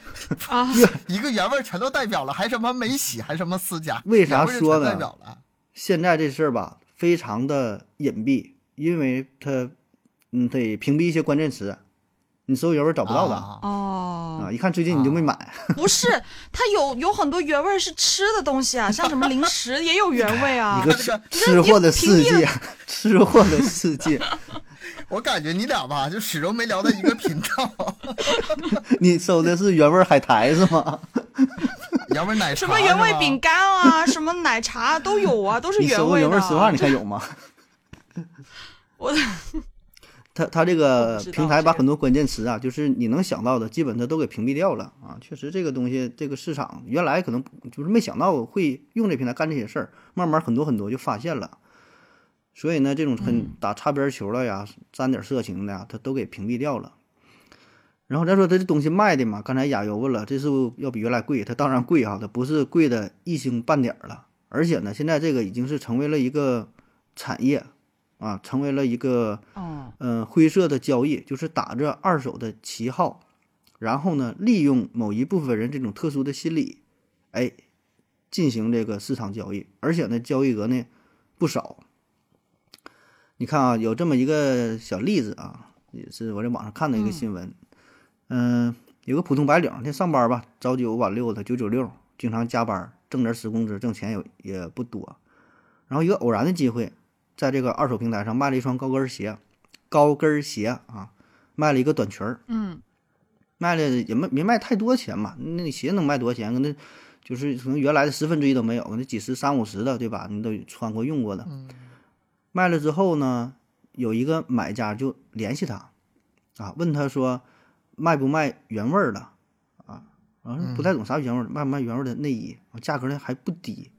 啊， [laughs] 一个原味儿全都代表了，还什么没洗，还什么私家，为啥原味儿说全代呢表了，现在这事儿吧，非常的隐蔽，因为它，嗯，得屏蔽一些关键词，你搜原味儿找不到的啊啊哦，一看最近你就没买，不是，它有有很多原味是吃的东西啊，像什么零食也有原味 [laughs] 啊一。个这吃个吃货的世界，吃货的世界， [laughs] 我感觉你俩吧，就始终没聊到一个频道。 [laughs] 你搜的是原味海苔是吗？原味儿哎奶茶什么原味是吧饼干啊，什么奶茶啊都有啊，都是你原搜味的。啊原味丝袜，你看有吗？我他他这我个不知道平台把这个很多关键词啊，就是你能想到的，基本它都给屏蔽掉了啊。确实，这个东西，这个市场原来可能就是没想到会用这平台干这些事儿，慢慢很多很多就发现了。所以呢，这种嗯很打擦边球了呀，沾点色情的呀，它都给屏蔽掉了。然后再说它这东西卖的嘛，刚才雅油问了，这是不是要比原来贵？它当然贵啊，它不是贵的一星半点儿了。而且呢，现在这个已经是成为了一个产业啊，成为了一个哦，嗯，灰色的交易，就是打着二手的旗号，然后呢，利用某一部分人这种特殊的心理，哎，进行这个市场交易，而且呢，交易额呢不少。你看啊，有这么一个小例子啊，也是我在网上看的一个新闻，嗯、有个普通白领，他上班吧，朝九晚六的，九九六，经常加班，挣点死工资，挣钱也也不多。然后一个偶然的机会，在这个二手平台上卖了一双高跟鞋，高跟鞋啊，卖了一个短裙儿，嗯卖了也没没卖太多钱嘛，那你鞋能卖多少钱？跟那就是可能原来的十分之一都没有，那几十三五十的，对吧？你都穿过用过的。嗯卖了之后呢，有一个买家就联系他，啊，问他说卖不卖原味儿的啊？然后说嗯不太懂啥原味儿的，卖不卖原味儿的内衣？啊价格呢还不低。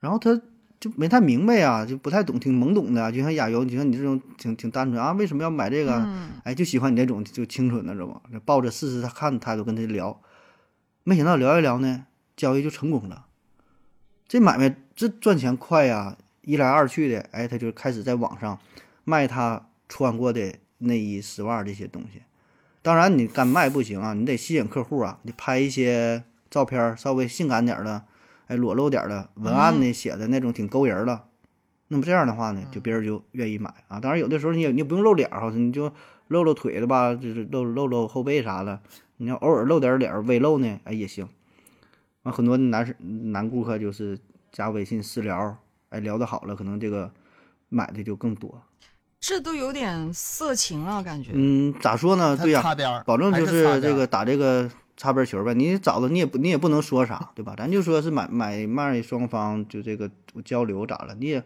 然后他就没太明白啊，就不太懂，挺懵懂的啊、就像亚游，就像你这种挺挺单纯啊，为什么要买这个？嗯，哎，就喜欢你这种就清纯的，知道吗？抱着试试看的态度跟他聊，没想到聊一聊呢，交易就成功了。这买卖这赚钱快呀、一来二去的，哎，他就开始在网上卖他穿过的内衣、丝袜这些东西。当然，你干卖不行啊，你得吸引客户啊，你拍一些照片儿稍微性感点儿的，哎，裸露点儿的文案呢，写的那种挺勾人儿了。那么这样的话呢，就别人就愿意买啊。当然，有的时候你也你也不用露脸儿啊，你就露露腿的吧，就是露露露后背啥的。你要偶尔露点儿脸儿，微露呢，哎也行。啊，很多男士男顾客就是加微信私聊，哎，聊得好了，可能这个买的就更多。这都有点色情了，感觉。嗯，咋说呢？它对呀、擦边儿，保证还就是擦是边这儿个打这个擦边球呗。你找的你也不你也不能说啥，对吧？咱就说是买买卖双方就这个交流咋了？你也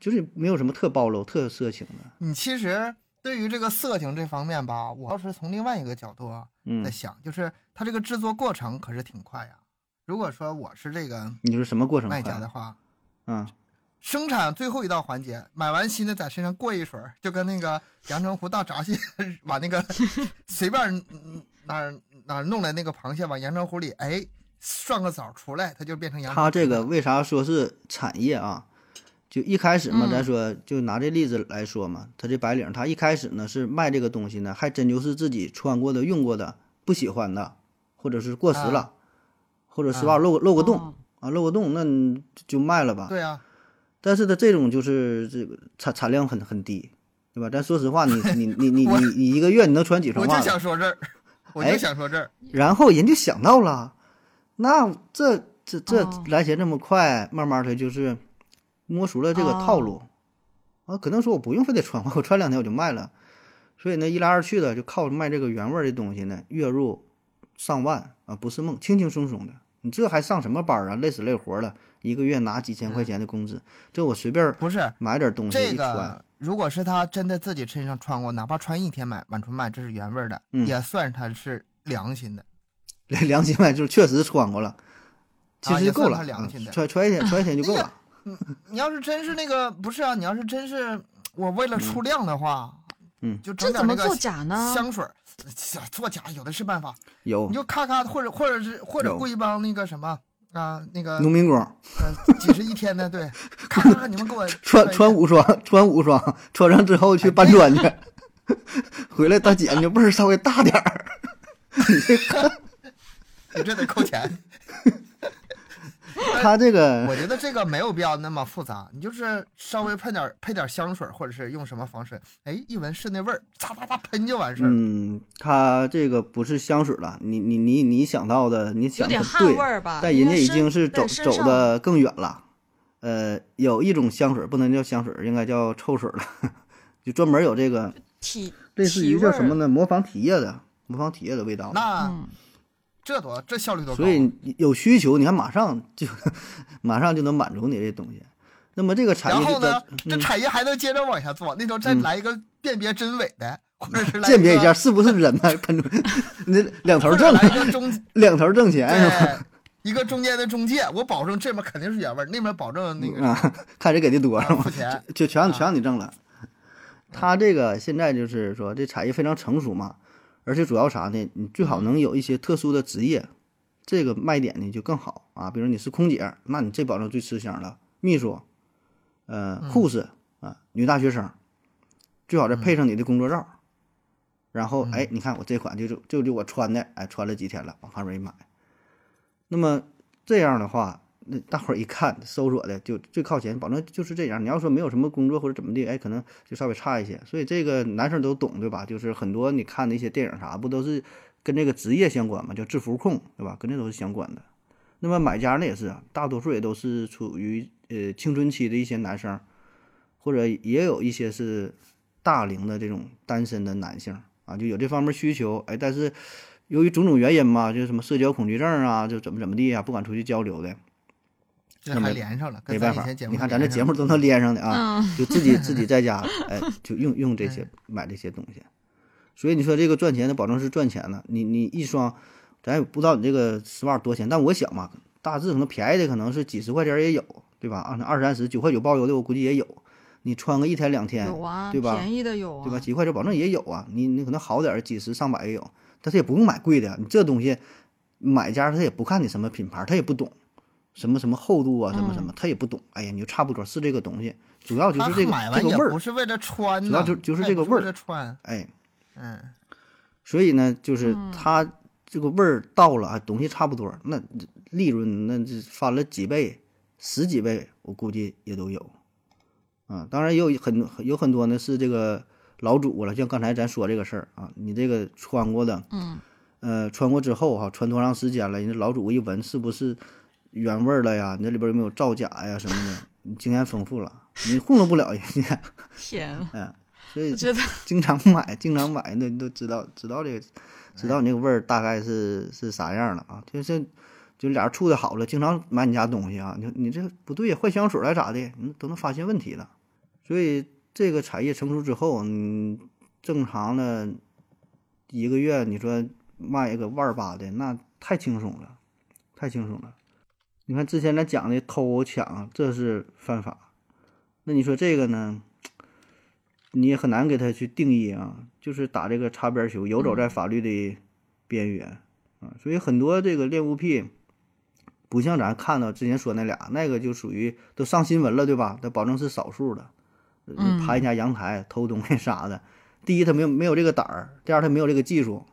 就是没有什么特暴露、特色情的。你其实对于这个色情这方面吧，我要是从另外一个角度啊嗯在，想，就是它这个制作过程可是挺快呀。如果说我是这个你说什么过程卖快？家的话，嗯，生产最后一道环节，买完新的在身上过一水儿，就跟那个阳澄湖大闸蟹 [laughs] [laughs] 把那个随便嗯哪儿哪儿弄来那个螃蟹往阳澄湖里哎涮个澡出来，它就变成阳澄湖他了。这个为啥说是产业啊？就一开始嘛，嗯咱说就拿这例子来说嘛，他这白领，他一开始呢是卖这个东西呢，还真就是自己穿过的、用过的、不喜欢的，或者是过时了，啊或者丝袜啊漏漏个洞哦啊，漏个洞，那你就卖了吧。对啊，但是它这种就是这个产产量很很低，对吧？咱说实话，你你你你我你你一个月你能穿几我双袜就子？想说这儿，我就哎想说这儿，然后人就想到了，那这这这哦来钱这么快，慢慢的就是摸熟了这个套路，啊，可能说我不用非得穿，我穿两天我就卖了，所以呢，一来二去的就靠卖这个原味儿的东西呢，月入上万啊，不是梦，轻轻松松的，你这还上什么班啊？累死累活了，一个月拿几千块钱的工资，这我随便不是买点东西这一穿个，如果是他真的自己身上穿过，哪怕穿一天买满纯麦，这是原味儿的，嗯也算他是良心的。 [laughs] 良良心买就确实穿过了，其啊实也就算够了，他良嗯心的穿穿一天穿一天就够了。你要是真是那个不是啊，你要是真是我为了出量的话，嗯就整这点怎那么个作假呢？香水儿，这作假有的是办法，有你就咔咔或者或者是或者哦有雇一帮那个什么啊那个农民工呃几十一天 [laughs] 的对，咔咔你们给我穿一穿遍五双， [laughs] 穿五双，穿上之后去搬砖去， [laughs] 回来大姐你这味儿稍微大点儿。你这得扣 [laughs] 钱。哎他这个我觉得这个没有必要那么复杂，你就是稍微喷点儿配点儿香水儿，或者是用什么防身，哎，一闻是那味儿，咋咋咋喷就完事儿。嗯，它这个不是香水了，你你你你想到的，你有想点的汗对味，儿吧？但应人该家已身经是走在身走上的更远了。呃，有一种香水不能叫香水，应该叫臭水了， [laughs] 就专门有这个体类似体于叫味什么儿？呢？模仿体液的，模仿体液的味道。那、嗯，这多这效率多高所啊？以有需求，你看马上就马上就能满足你这东西。那么这个产然业后就呢在，这嗯产业还能接着往下做，那时候再嗯来一个辨别真伪的，或者是来鉴别一个下，是不是人呢？ [laughs] 喷出，你这两头或者挣来，[laughs] 一个中两头挣钱是吧？ [laughs] 对一个中间的中介，我保证这边肯定是原味儿，那边保证那个啊，看谁给的多是啊吧付？钱。就全让全啊让你挣了。他这个现在就是说，这产业非常成熟嘛，而且主要啥呢？你最好能有一些特殊的职业，这个卖点呢就更好啊。比如你是空姐，那你这保证最吃香了。秘书，呃，嗯护士啊，女大学生，最好再配上你的工作嗯照。然后，哎，你看我这款就是就就我穿的，哎，穿了几天了，往上面一买。那么这样的话，那大伙儿一看搜索的就最靠前，保证就是这样。你要说没有什么工作或者怎么地，哎，可能就稍微差一些。所以这个男生都懂，对吧？就是很多你看的一些电影啥，不都是跟这个职业相关嘛，叫制服控，对吧？跟这都是相关的。那么买家呢也是啊，大多数也都是处于呃青春期的一些男生，或者也有一些是大龄的这种单身的男性啊，就有这方面需求。哎，但是由于种种原因嘛，就是什么社交恐惧症啊，就怎么怎么地啊，不敢出去交流的，这还连上了，没跟咱办以法前节。目你看咱这节目目都能连上的啊，嗯就自己自己在 [laughs] 家，哎，就用用这些买这些东西。所以你说这个赚钱的保证是赚钱的，你你一双，咱也不知道你这个丝袜多少钱，但我想嘛，大致可能便宜的可能是几十块钱也有，对吧？啊，那二三十、九块九包邮的我估计也有，你穿个一天两天，有啊，对吧便宜的有啊，对吧？几块钱保证也有啊，你你可能好点儿几十上百也有，但是也不用买贵的，你这东西买家他也不看你什么品牌，他也不懂什么什么厚度啊，什么什么、嗯他也不懂。哎呀，你就差不多是这个东西，主要就是这个买这完个也味不儿，是为了穿呐，主要就就是哎这个不是味儿为了穿，哎，嗯，所以呢，就是它这个味儿到了啊，东西差不多，那利润那这翻了几倍、十几倍，我估计也都有。啊，当然也有很有很多呢是这个老主顾了，像刚才咱说这个事儿啊，你这个穿过的，嗯，呃，穿过之后哈、穿多长时间了，人家老主顾一闻是不是原味儿了呀？你这里边有没有造假呀什么的？你经验丰富了，你糊弄不了人家，天，所以我觉得经常买，经常买，那你都知道，知道这个，知道你这个味儿大概是是啥样了啊？就是就俩人处的好了，经常买你家东西啊，你你这不对呀，换香水来咋的，你都能发现问题了。所以这个产业成熟之后，嗯，正常的一个月，你说卖一个万儿八的，那太轻松了，太轻松了。你看之前咱讲的偷抢，这是犯法。那你说这个呢？你也很难给他去定义啊，就是打这个擦边球，游走在法律的边缘、啊。所以很多这个恋物癖，不像咱看到之前说那俩，那个就属于都上新闻了，对吧？那保证是少数的，呃嗯爬人家阳台偷东西啥的。第一，他没有没有这个胆儿；第二，他没有这个技术，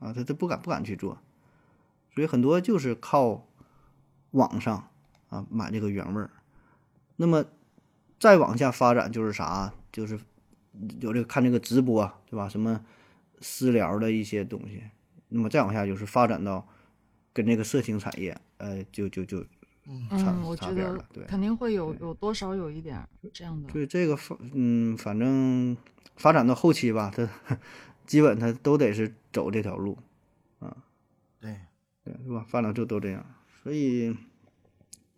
啊，他他不敢不敢去做。所以很多就是靠网上啊买这个原味儿。那么再往下发展就是啥？就是有这个看这个直播，啊对吧？什么私聊的一些东西。那么再往下就是发展到跟这个色情产业，呃，就就就差嗯，我差觉边儿得了，对。肯定会有有多少有一点儿这样的，对这个发，嗯，反正发展到后期吧，它基本它都得是走这条路，对。对是吧？发展就都这样，所所以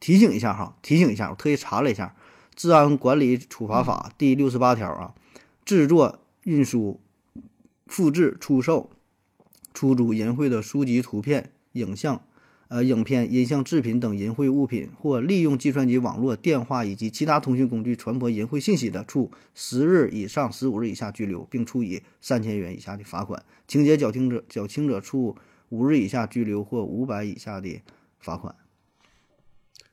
提醒一下哈，提醒一下，我特意查了一下，《治安管理处罚法》嗯第六十八条啊，制作、运输、复制、出售、出租淫秽的书籍、图片、影像、呃影片、音像制品等淫秽物品，或利用计算机网络、电话以及其他通讯工具传播淫秽信息的，处十日以上十五日以下拘留，并处以三千元以下的罚款；情节较轻者，较轻者处五日以下拘留或五百以下的罚款。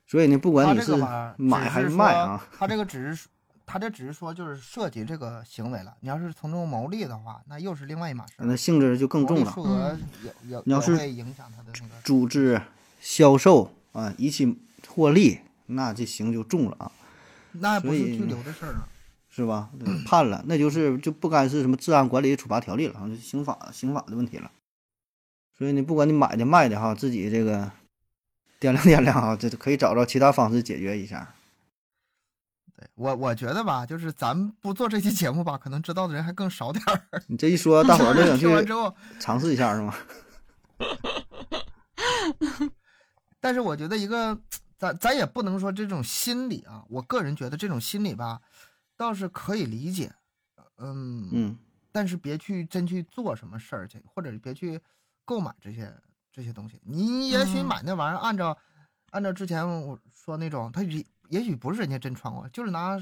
所以呢，不管他你这是个玩意买儿还只是是卖说啊，他这个只是说他这只是说就是涉及这个行为了。你要是从中牟利的话，那又是另外一码事儿。那性质就更牟重利了。嗯数额也也你要也是会影响他的那个。组织、销售啊，以其获利，那这刑就重了啊，那不是所以拘留的事儿了。是 [clears throat] 吧？对判了，那就是就不该是什么治安管理处罚条例了，啊，刑法刑法的问题了。所以呢，不管你买的卖的哈，自己这个掂量掂量啊，这可以找着其他方式解决一下。对我我觉得吧，就是咱不做这期节目吧，可能知道的人还更少点儿。你这一说，大伙儿都想 [laughs] 听完去之后，尝试一下是吗？但是我觉得一个，咱咱也不能说这种心理啊，我个人觉得这种心理吧，倒是可以理解，嗯，嗯，但是别去真去做什么事儿去，或者别去购买这些这些东西。你也许嗯买那玩意儿，按照按照之前我说那种，他也也许不是人家真穿过，就是拿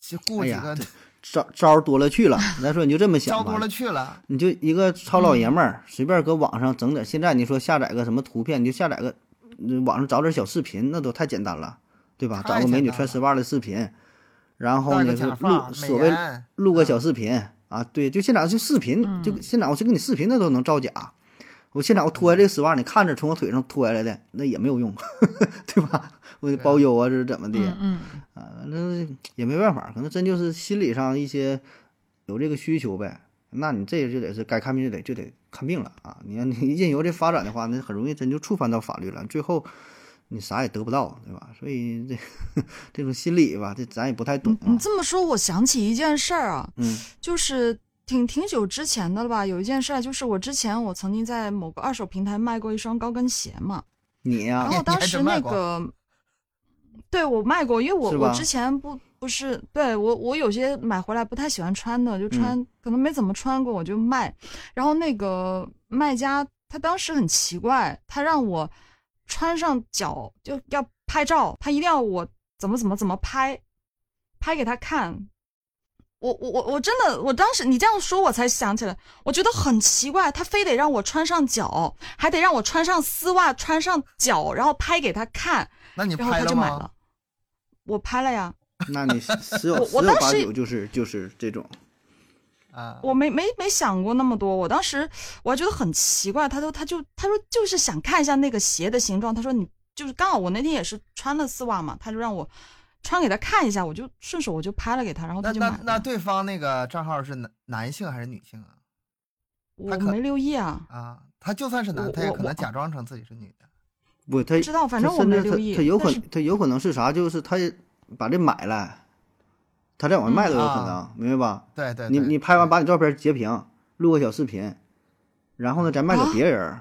去雇哎几呀个 [laughs] 这招招儿多了去了，咱说你就这么招想吧多，了去了。你就一个糙老嗯爷们儿，随便搁网上整点。现在你说下载个什么图片，你就下载个嗯网上找点小视频，那都太简单了，对吧？太找个美简女单穿了丝袜的视频，然后戴呢个是假录发，所美谓颜，录个嗯小视频啊，对，就现场就视频，就嗯现场我去给你视频，那都能造假。我现场我脱下这嗯个丝袜，你看着从我腿上脱下来的，那也没有用， [laughs] 对吧？我得对啊包邮啊，这是怎么的？嗯嗯啊，反正也没办法，可能真就是心理上一些有这个需求呗。那你这就得是该看病就得就得看病了啊！你看你任由这发展的话，那很容易真就触犯到法律了，最后你啥也得不到，对吧？所以这这种心理吧，这咱也不太懂啊嗯你。这么说，我想起一件事儿啊，嗯就是挺挺久之前的了吧？有一件事儿，就是我之前我曾经在某个二手平台卖过一双高跟鞋嘛，你呀、然后啊 [laughs] 你当还时真卖那过个，对我卖过，因为我是我吧之前不不是对我我有些买回来不太喜欢穿的，嗯就穿、可能没怎么穿过，我就卖。然后那个卖家他当时很奇怪，他让我穿上脚就要拍照，他一定要我怎么怎么怎么拍，拍给他看。我我我我真的，我当时你这样说，我才想起来，我觉得很奇怪，他非得让我穿上脚，还得让我穿上丝袜，穿上脚，然后拍给他看，那你然后拍他了就买吗？了。我拍了呀，那你十有我十我有当八时九就是就是这种，啊，我没没没想过那么多，我当时我还觉得很奇怪，他都他就他说就是想看一下那个鞋的形状，他说你就是刚好我那天也是穿了丝袜嘛，他就让我穿给他看一下，我就顺手我就拍了给他，然后那哦他就那买那了。对方那个账号是男男性还是女性啊？我他可没留意啊，啊，他就算是男，我他也我可能我假装成自己是女的。不，他不知道，反正哎他我甚没至留意。他他有可但是能他有可能是啥？就是他也把这买了，他再往外卖都有可能，嗯啊明白吧？对对，你对你拍完把你照片截屏，录个小视频，然后呢再卖给啊别人儿，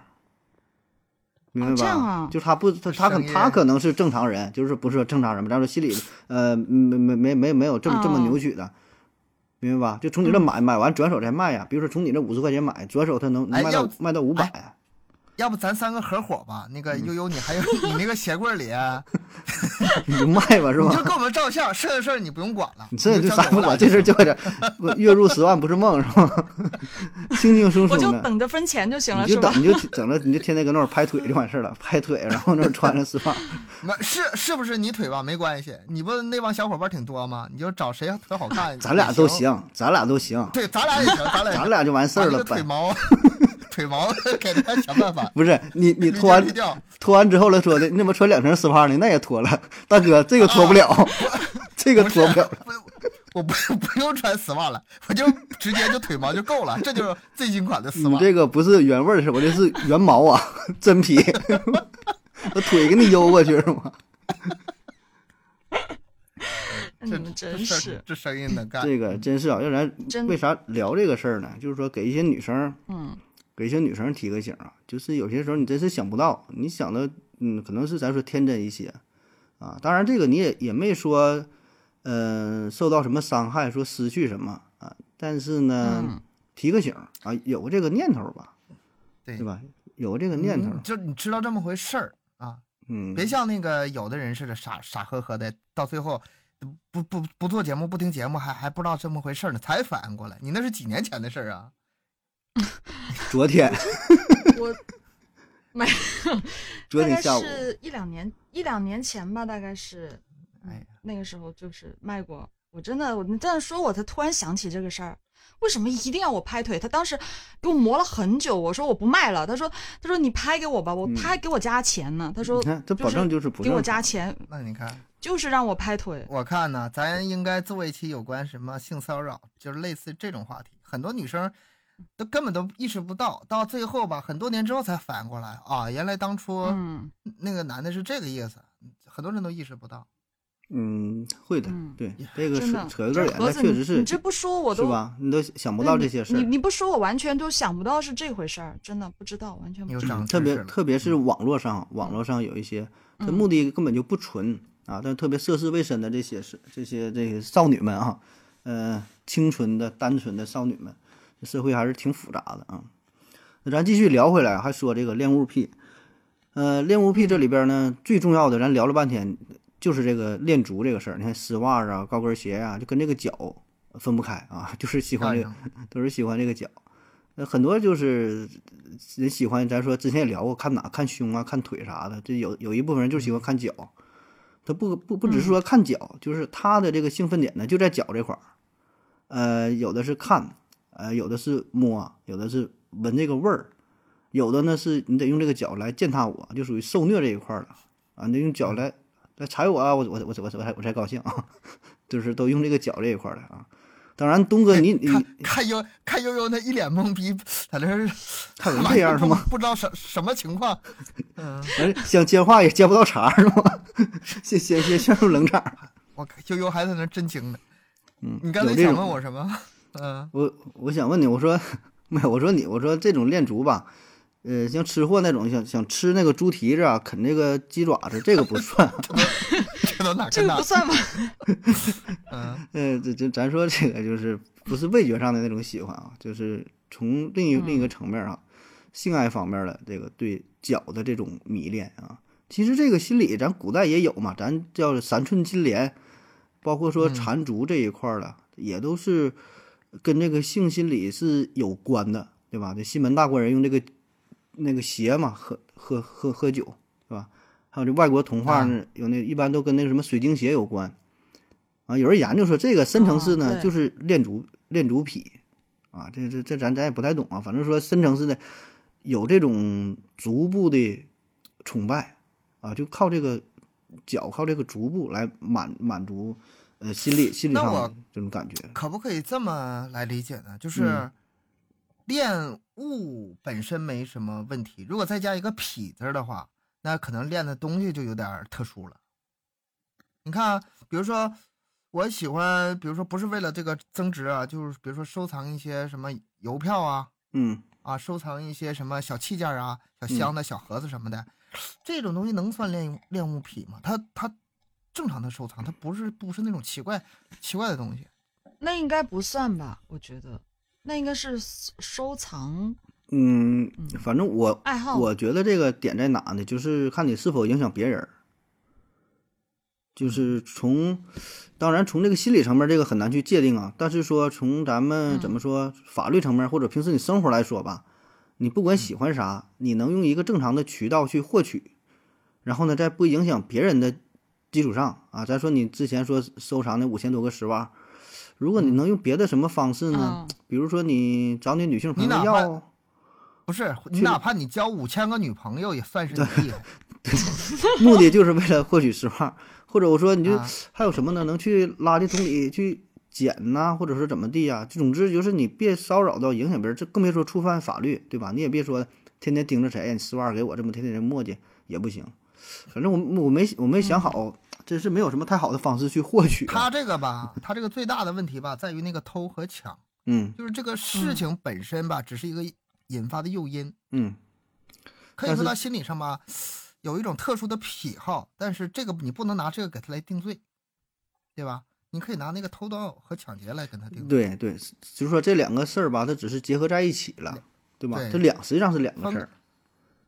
明白吧？哦这样啊就他不他他可商业他可能是正常人，就是不是说正常人吧，咱说心里呃没没没没没有这么这么啊哦扭曲的。明白吧？就嗯从你这买，买完转手再卖呀。比如说从你这五十块钱买，转手他能能哎卖到、要卖到五百、啊要不咱三个合伙吧？那嗯个悠悠，你还有你那个鞋 [laughs] 柜里，你就卖吧，是你吧就？给我们照相，剩下事儿你不用管了。你这你就交啥给不我俩管，这事儿交给咱不月入十万不是梦，是吧？ [laughs] 轻轻松我松的。就等着分钱就行了，你是就吧等？你就整着，你就天天搁那儿拍腿就完事儿了，拍腿，然后那儿穿着丝袜，没是是不是你腿吧？没关系，你不那帮小伙伴挺多吗？你就找谁腿好 [laughs] 看，咱俩都也。行，咱俩都行，对，咱俩也行，咱俩也咱行俩就完事把儿了那个腿呗。 [laughs] 毛腿毛 [laughs] 给他想办法。不是你你脱捋掉完捋掉，脱完之后了说的，你怎么穿两层丝袜呢？那也脱了，大哥这个脱不了， [laughs] 这个不是脱不了。不我 [laughs] 不不用穿丝袜了，我就直接就腿毛就够了，这就是最新款的丝你袜。这个不是原味儿，是我这是原毛啊，真皮， [laughs] 我腿给你悠过去是吗？你们 [laughs] 这嗯真事儿是， [laughs] 这生意能干。这个真是啊，要咱嗯真为啥聊这个事儿呢？就是说给一些女生嗯给一些女生提个醒啊，就是有些时候你真是想不到，你想的嗯，可能是咱说天真一些啊。当然，这个你也也没说，嗯、受到什么伤害，说失去什么啊。但是呢，嗯提个醒啊，有这个念头吧，对吧？有这个念头嗯，就你知道这么回事儿啊，嗯，别像那个有的人似的傻傻呵呵的，到最后不不不做节目不听节目，还还不知道这么回事儿呢，才反应过来。你那是几年前的事儿啊？昨天我昨大天概下午，是一两年一两年前吧，大概是哎呀，那个时候就是卖过。我真的，我你这样说，我才突然想起这个事儿。为什么一定要我拍腿？他当时给我磨了很久，我说我不卖了。他说他说你拍给我吧，我嗯拍给我加钱呢。他说你看这就保证是就是不给我正加常。钱，那你看，就是让我拍腿。我看呢，咱应该做一期有关什么性骚扰，就是类似这种话题。很多女生都根本都意识不到，到最后吧，很多年之后才反应过来啊，原来当初嗯那个男的是这个意思，很多人都意识不到。嗯，会的嗯，对，这个真是的扯得有点远，盒但子，确实你是你这不说我是都吧？你都想不对到你这些事你儿。你不说我完全都想不到是这回事儿，真的不知道，完全不又知道。长嗯特知别识了特别是网络上，网络上有一些，这嗯目的根本就不纯啊，但特别涉世未深的这些是这些这些少女们啊，呃，清纯的单纯的少女们，这社会还是挺复杂的啊。那咱继续聊回来，还说这个恋物癖，呃，恋物癖这里边呢，最重要的，咱聊了半天，就是这个恋足这个事儿。你看丝袜啊、高跟鞋啊，就跟这个脚分不开啊，就是喜欢这个漂亮都是喜欢这个脚。那很多就是呃人喜欢，咱说之前也聊过，看哪看胸啊，看腿啥的，这有有一部分人就喜欢看脚。他不不不只是说看脚，就是他的这个兴奋点呢就在脚这块儿。呃，有的是看，呃，有的是摸，有的是闻这个味儿，有的呢是你得用这个脚来践踏我，就属于受虐这一块儿了啊，你得用脚来来踩我啊，我我我我我才我才高兴啊， [laughs] 就是都用这个脚这一块儿来啊。当然，东哥你你看看悠看悠悠那一脸懵逼，在那 [laughs] 儿还 [laughs] 有人哎这样是吗？不不知道什什么情况，嗯，哎，想接话也接不到茬儿是吗？ [laughs] 先先先陷入冷场儿。我看悠悠还在那儿震惊呢。嗯，你刚才有这想种问我什么？ [laughs] 嗯，我我想问你，我说 [laughs] 没有，我说你，我说这种恋足吧，呃，像吃货那种，想想吃那个猪蹄子啊，啃那个鸡爪子，这个不算。这啊都哪这跟个哪不？算吧？嗯，呃，这这咱说这个就是不是味觉上的那种喜欢啊，就是从另一另一个层面啊，性爱方面的这个对脚的这种迷恋啊，其实这个心理咱古代也有嘛，咱叫三寸金莲，包括说嗯缠足这一块儿了，也都是跟这个性心理是有关的，对吧？这西门大官人用这个那个鞋嘛，喝喝喝喝酒，对吧？还有这外国童话呢，有那一般都跟那个什么水晶鞋有关啊。有人研究说这个深层次哦呢，对就是恋足恋足癖啊，这这这咱咱也不太懂啊，反正说深层次的有这种足部的崇拜啊，就靠这个脚靠这个足部来满满足呃心理心理那上我的这种感觉。可不可以这么来理解呢？就是嗯恋物本身没什么问题，如果再加一个痞字儿的话，那可能练的东西就有点儿特殊了。你看啊，比如说我喜欢，比如说不是为了这个增值啊，就是比如说收藏一些什么邮票啊，嗯，啊，收藏一些什么小器件啊、小箱子、小盒子什么的，这种东西能算恋物恋物癖吗？它它正常的收藏，它不是不是那种奇怪奇怪的东西。那应该不算吧？我觉得那应该是收藏嗯，反正我爱好我觉得这个点在哪呢？就是看你是否影响别人儿。就是从，当然从这个心理层面，这个很难去界定啊。但是说从咱们嗯怎么说法律层面，或者平时你生活来说吧，你不管嗯喜欢啥，你能用一个正常的渠道去获取，然后呢，在不影响别人的基础上啊，咱说你之前说收藏那五千多个丝袜，如果你嗯能用别的什么方式呢？嗯比如说你找你女性朋你友哪要怕。不是你哪怕你交五千个女朋友，也算是你厉 [laughs] 害。 [laughs] 目的就是为了获取实话，或者我说你就、啊还有什么呢？能去垃圾桶里去捡呐、或者是怎么地呀、就总之就是你别骚扰到影响别人，这更别说触犯法律，对吧？你也别说天天盯着谁，哎你丝袜给我这么天天磨叽也不行。反正我我没我没想好，真是没有什么太好的方式去获取啊、嗯他这个吧，他这个最大的问题吧，在于那个偷和抢，嗯就是这个事情本身吧，只是一个引发的诱因。嗯，可以但说是他心理上吧，有一种特殊的癖好，但是这个你不能拿这个给他来定罪，对吧？你可以拿那个偷盗和抢劫来跟他定罪，对对，就是说这两个事儿吧，它只是结合在一起了，对吧？对这两实际上是两个事儿，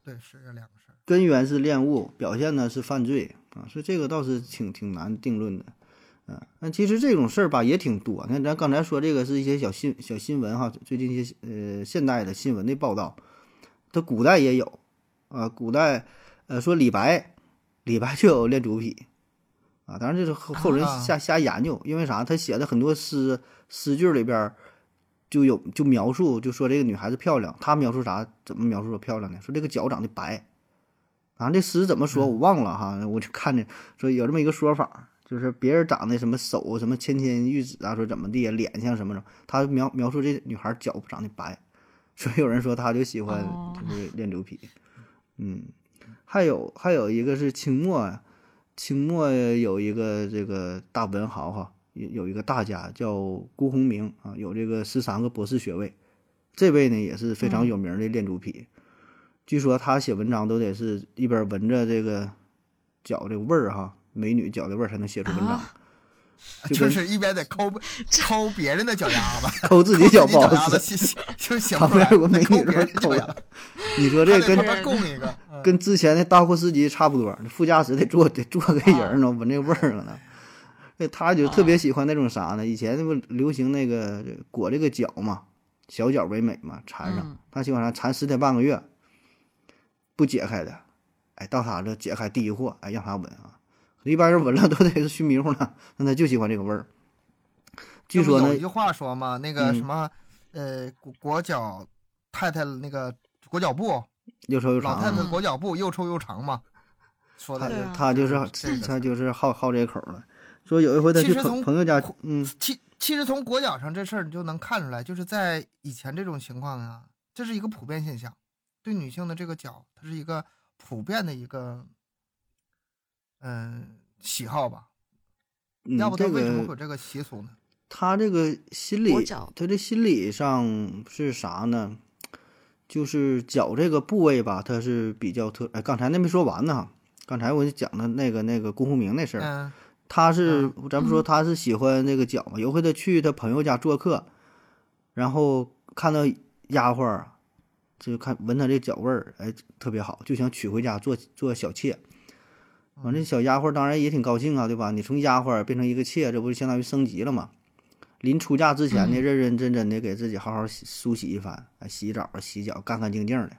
对，是这两个事儿。根源是恋物，表现呢是犯罪啊，所以这个倒是挺挺难定论的。嗯，但其实这种事儿吧也挺多。你看，咱刚才说这个是一些小新小新闻哈，最近一些呃现代的新闻的报道，它古代也有啊。古代呃说李白，李白就有恋足癖啊。当然这是后后人啊瞎瞎研究，因为啥？他写的很多诗诗句里边儿就有就描述，就说这个女孩子漂亮，他描述啥？怎么描述说漂亮呢？说这个脚长得白，啊，这诗怎么说我忘了哈，我就看着说有这么一个说法，就是别人长得什么手什么纤纤玉指啊，说怎么地啊，脸像什么什么，他描描述这女孩脚长得白， [laughs] 所以有人说他就喜欢哦就是恋足癖，嗯，还有还有一个是清末啊，清末有一个这个大文豪哈，有有一个大家叫辜鸿铭啊，有这个十三个博士学位，这位呢也是非常嗯有名的恋足癖。据说他写文章都得是一边闻着这个脚的味儿哈，美女脚的味儿才能写出文章，啊就就跟是一边 [laughs] 得抠抠别人的脚丫子，抠自己脚抠包脚丫子，子，就 [laughs] 就想旁不出来边有个美得抠女在那抠别人的脚丫呀子，。你说这还跟得他妈供一个，嗯跟之前的大货司机差不多，副驾驶得坐得坐个啊人儿呢，闻这味儿了呢。那他就特别喜欢那种啥呢？以前那不流行那个这裹这个脚嘛，小脚为美嘛，缠上。嗯他喜欢啥？缠十天半个月，不解开的，哎，到他这解开第一货，哎，让他闻啊。一般人闻了都得是熏迷糊了，那他就喜欢这个味儿。据这不说呢有一句，话说嘛，那个嗯什么，呃，裹裹脚太太那个裹脚布，又臭又老长太啊太嗯裹脚布又臭又长嘛，说他的对啊他就是这个他就是好好这口了。说有一回他其去实朋从朋友家，嗯其其实从裹脚上这事儿你就能看出来，就是在以前这种情况啊，这是一个普遍现象，对女性的这个脚，它是一个普遍的一个，嗯、喜好吧，嗯，要不这它为什么会有个这个习俗呢？他这个心裹理，脚他这心理上是啥呢？就是脚这个部位吧，它是比较特。哎，刚才那没说完呢哈，刚才我就讲的那个那个辜鸿铭那事儿，嗯他是、咱们说他是喜欢这个脚嘛，有回他去他朋友家做客，然后看到丫鬟儿，就看闻他这脚味儿，哎，特别好，就想娶回家做做小妾。完、这小丫鬟儿当然也挺高兴啊，对吧？你从丫鬟儿变成一个妾，这不就相当于升级了吗？临出嫁之前呢，嗯认认真真的给自己好好洗梳洗一番，哎，洗澡啊、洗脚，干干净净的。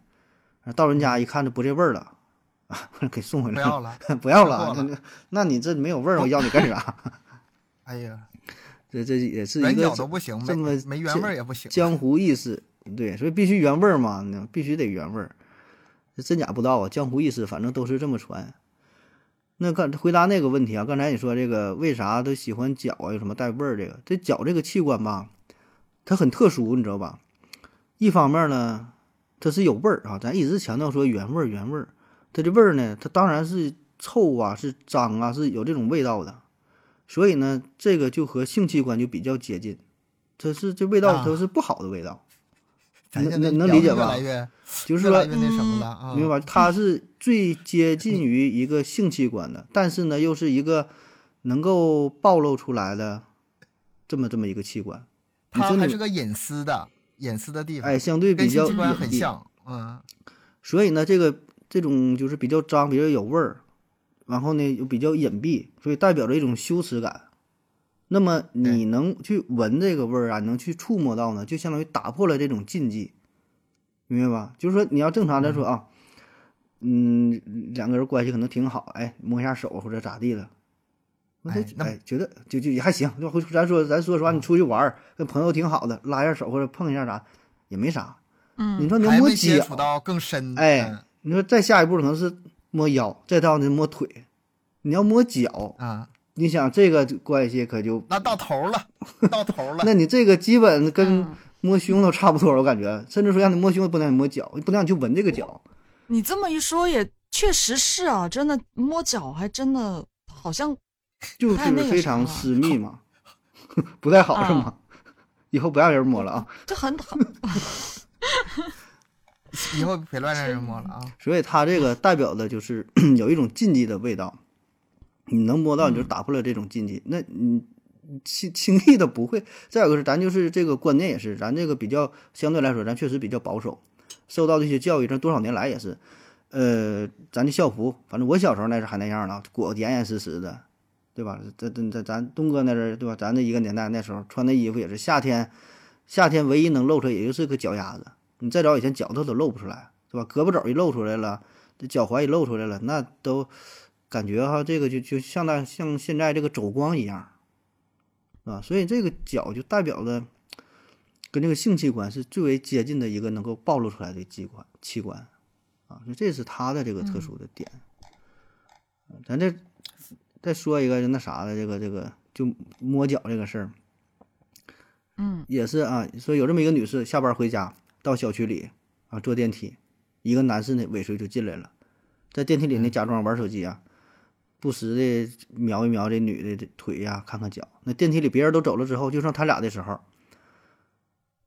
啊到人家一看，这不这味儿了， [laughs] 啊，给送回不来要了，[laughs] 了，不要不了。要那了那那你这没有味儿，我要你干 [laughs] 啥？哎呀，这这也是一原个脚都不行，这没么没原味儿也不行， [laughs] 江湖意识，对，所以必须原味儿嘛，那必须得原味儿，这真假不知道啊。江湖意识，反正都是这么传。那刚回答那个问题啊，刚才你说这个为啥都喜欢脚啊，有什么带味儿？这个这脚这个器官吧，它很特殊，你知道吧？一方面呢，它是有味儿啊，咱一直强调说原味儿原味儿，它这味儿呢，它当然是臭啊，是脏啊，是有这种味道的。所以呢，这个就和性器官就比较接近，这是这味道啊它是不好的味道，咱现在能能聊理得解越吧来越就是越来说嗯越那嗯什么了啊，明白吧，它是最接近于一个性器官的，但是呢，又是一个能够暴露出来的这么这么一个器官。你它说还你是个隐私的隐私的地方，哎，相对跟比性较器官很隐蔽像，嗯，所以呢，这个这种就是比较脏、比较有味儿，然后呢又比较隐蔽，所以代表着一种羞耻感。那么你能去闻这个味儿啊，你能去触摸到呢，就相当于打破了这种禁忌，明白吧？就是说你要正常的说啊，嗯，两个人关系可能挺好，哎，摸一下手或者咋地了。那哎就那么嗯哎，觉得就就也还行，就咱说咱说实话，你出去玩儿跟朋友挺好的，拉一下手或者碰一下啥，也没啥。你嗯，说你还摸没接脚，触到更深，嗯哎，你说再下一步可能是摸腰，再到呢摸腿，你要摸脚，嗯啊，你想这个关系可就，那到 [laughs] 头了，到头了，那你这个基本跟嗯摸胸都差不多了，我感觉，甚至说让你摸胸不能让你摸脚，不能让你去闻这个哦脚，你这么一说也确实是啊，真的摸脚还真的好像就是太那个非啥了常私密嘛， [laughs] 不 [laughs] 太好是啊吗？以后不让人摸了啊。这很很以后别乱让人摸了啊！所以它这个代表的就是 [clears throat] 有一种禁忌的味道，你能摸到，你就打破了这种禁忌。那你轻轻易的不会。再有个是，咱就是这个观念也是，咱这个比较相对来说，咱确实比较保守，受到这些教育，这多少年来也是。呃，咱的校服，反正我小时候那是还那样呢，裹得严严实实的，对吧？这这这咱东哥那阵儿，对吧？咱这一个年代那时候穿的衣服也是夏天，夏天唯一能露出来也就是个脚丫子，你再早以前脚头都露不出来，对吧？胳膊肘一露出来了，这脚踝一露出来了，那都感觉哈，这个就就像那像现在这个走光一样，啊，所以这个脚就代表着跟这个性器官是最为接近的一个能够暴露出来的器官器官。啊，所以这是它的这个特殊的点。啊咱这再说一个就那啥的，这个这个就摸脚这个事儿，嗯，也是啊。说有这么一个女士，下班回家到小区里啊，坐电梯，一个男士呢尾随就进来了，在电梯里呢假装玩手机啊，不时的瞄一瞄这女的这腿呀、看看脚。那电梯里别人都走了之后，就剩他俩的时候，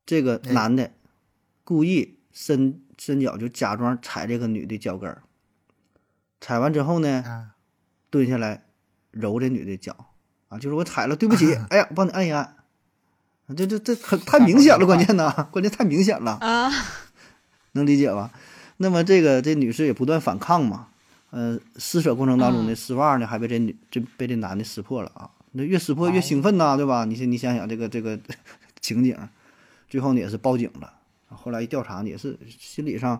这个哎男的故意伸伸脚就假装踩这个女的脚跟儿，踩完之后呢，啊，蹲下来揉这女的脚啊，就是我踩了，对不 [laughs] 起，哎呀，我帮你按一按。这这这很太明显了，关键呐，关键太明显了，啊，能理解吧？那么这个这女士也不断反抗嘛，呃，撕扯过程当中嗯呢，丝袜呢还被这女这被这男的撕破了啊，那越撕哦破越兴奋呐、对吧？你你想想这个这个 [laughs] 情景，最后呢也是报警了，后来一调查呢也是心理上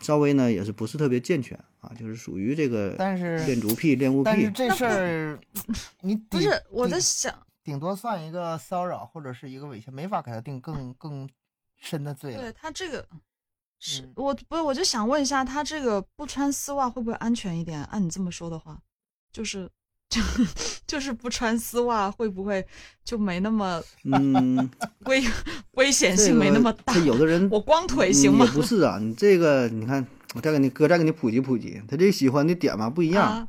稍微呢也是不是特别健全啊，就是属于这个但是恋足癖、恋物但癖是，这事 [laughs] 儿你不顶是我在顶想，顶多算一个骚扰或者是一个猥亵，没法给他定更更深的罪了对。他这个是、嗯我不是我就想问一下，他这个不穿丝袜会不会安全一点？按你这么说的话，就是 [laughs] 就就是不穿丝袜会不会就没那么嗯。危危险这性没那么大？个、这有的人我光腿嗯行吗也？不是啊，你这个你看，我再给你哥再给你普及普及，他这喜欢的点嘛不一样，啊，嗯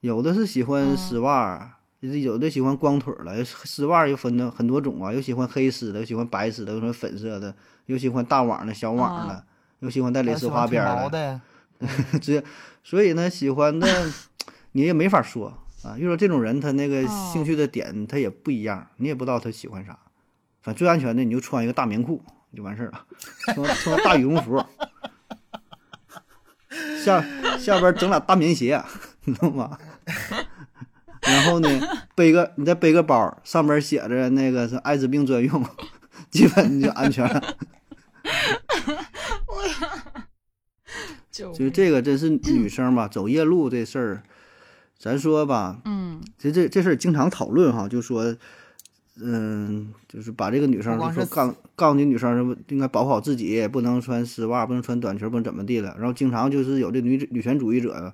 有的是喜欢丝袜儿，有的喜欢光腿儿了，丝袜儿又分了很多种啊，有喜欢黑丝的，有喜欢白丝的，有喜欢粉色的，有喜欢大网的小网啊的，有喜欢带蕾还丝喜花欢边腿儿毛的，直接，所以呢，喜欢的你也没法说啊。遇到这种人，他那个哦兴趣的点他也不一样，你也不知道他喜欢啥。反正最安全的，你就穿一个大棉裤就完事儿了，穿穿个大羽绒服，下下边整俩大棉鞋，你知道吗？ [laughs] 然后呢，背个你再背个包，上边写着那个是艾滋病专用， [laughs] 基本你就安全了。就就是这个真是女生吧，走夜路这事儿，咱说吧，嗯其实这这事儿经常讨论哈，就说，嗯，就是把这个女生不光就说是告告诉你女生是不应该保护好自己，不能穿丝袜，不能穿短裙，不能怎么地了。然后经常就是有这女子女权主义者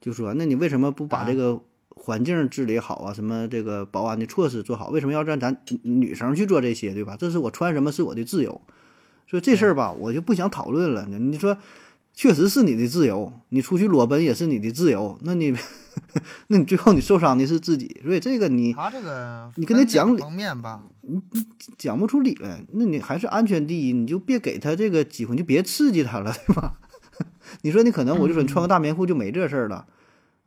就说，那你为什么不把啊这个环境治理好啊？什么这个保安的措施做好？为什么要让咱女女生去做这些，对吧？这是我穿什么是我的自由，所以这事嗯儿吧，我就不想讨论了。你你说。确实是你的自由，你出去裸奔也是你的自由。那你， [laughs] 那你最后你受伤的是自己，所以这个你他这个你跟他分两讲理方面吧，讲不出理来，那你还是安全第一，你就别给他这个机会，你就别刺激他了，对吧？ [laughs] 你说你可能我就说你嗯穿个大棉裤就没这事儿了，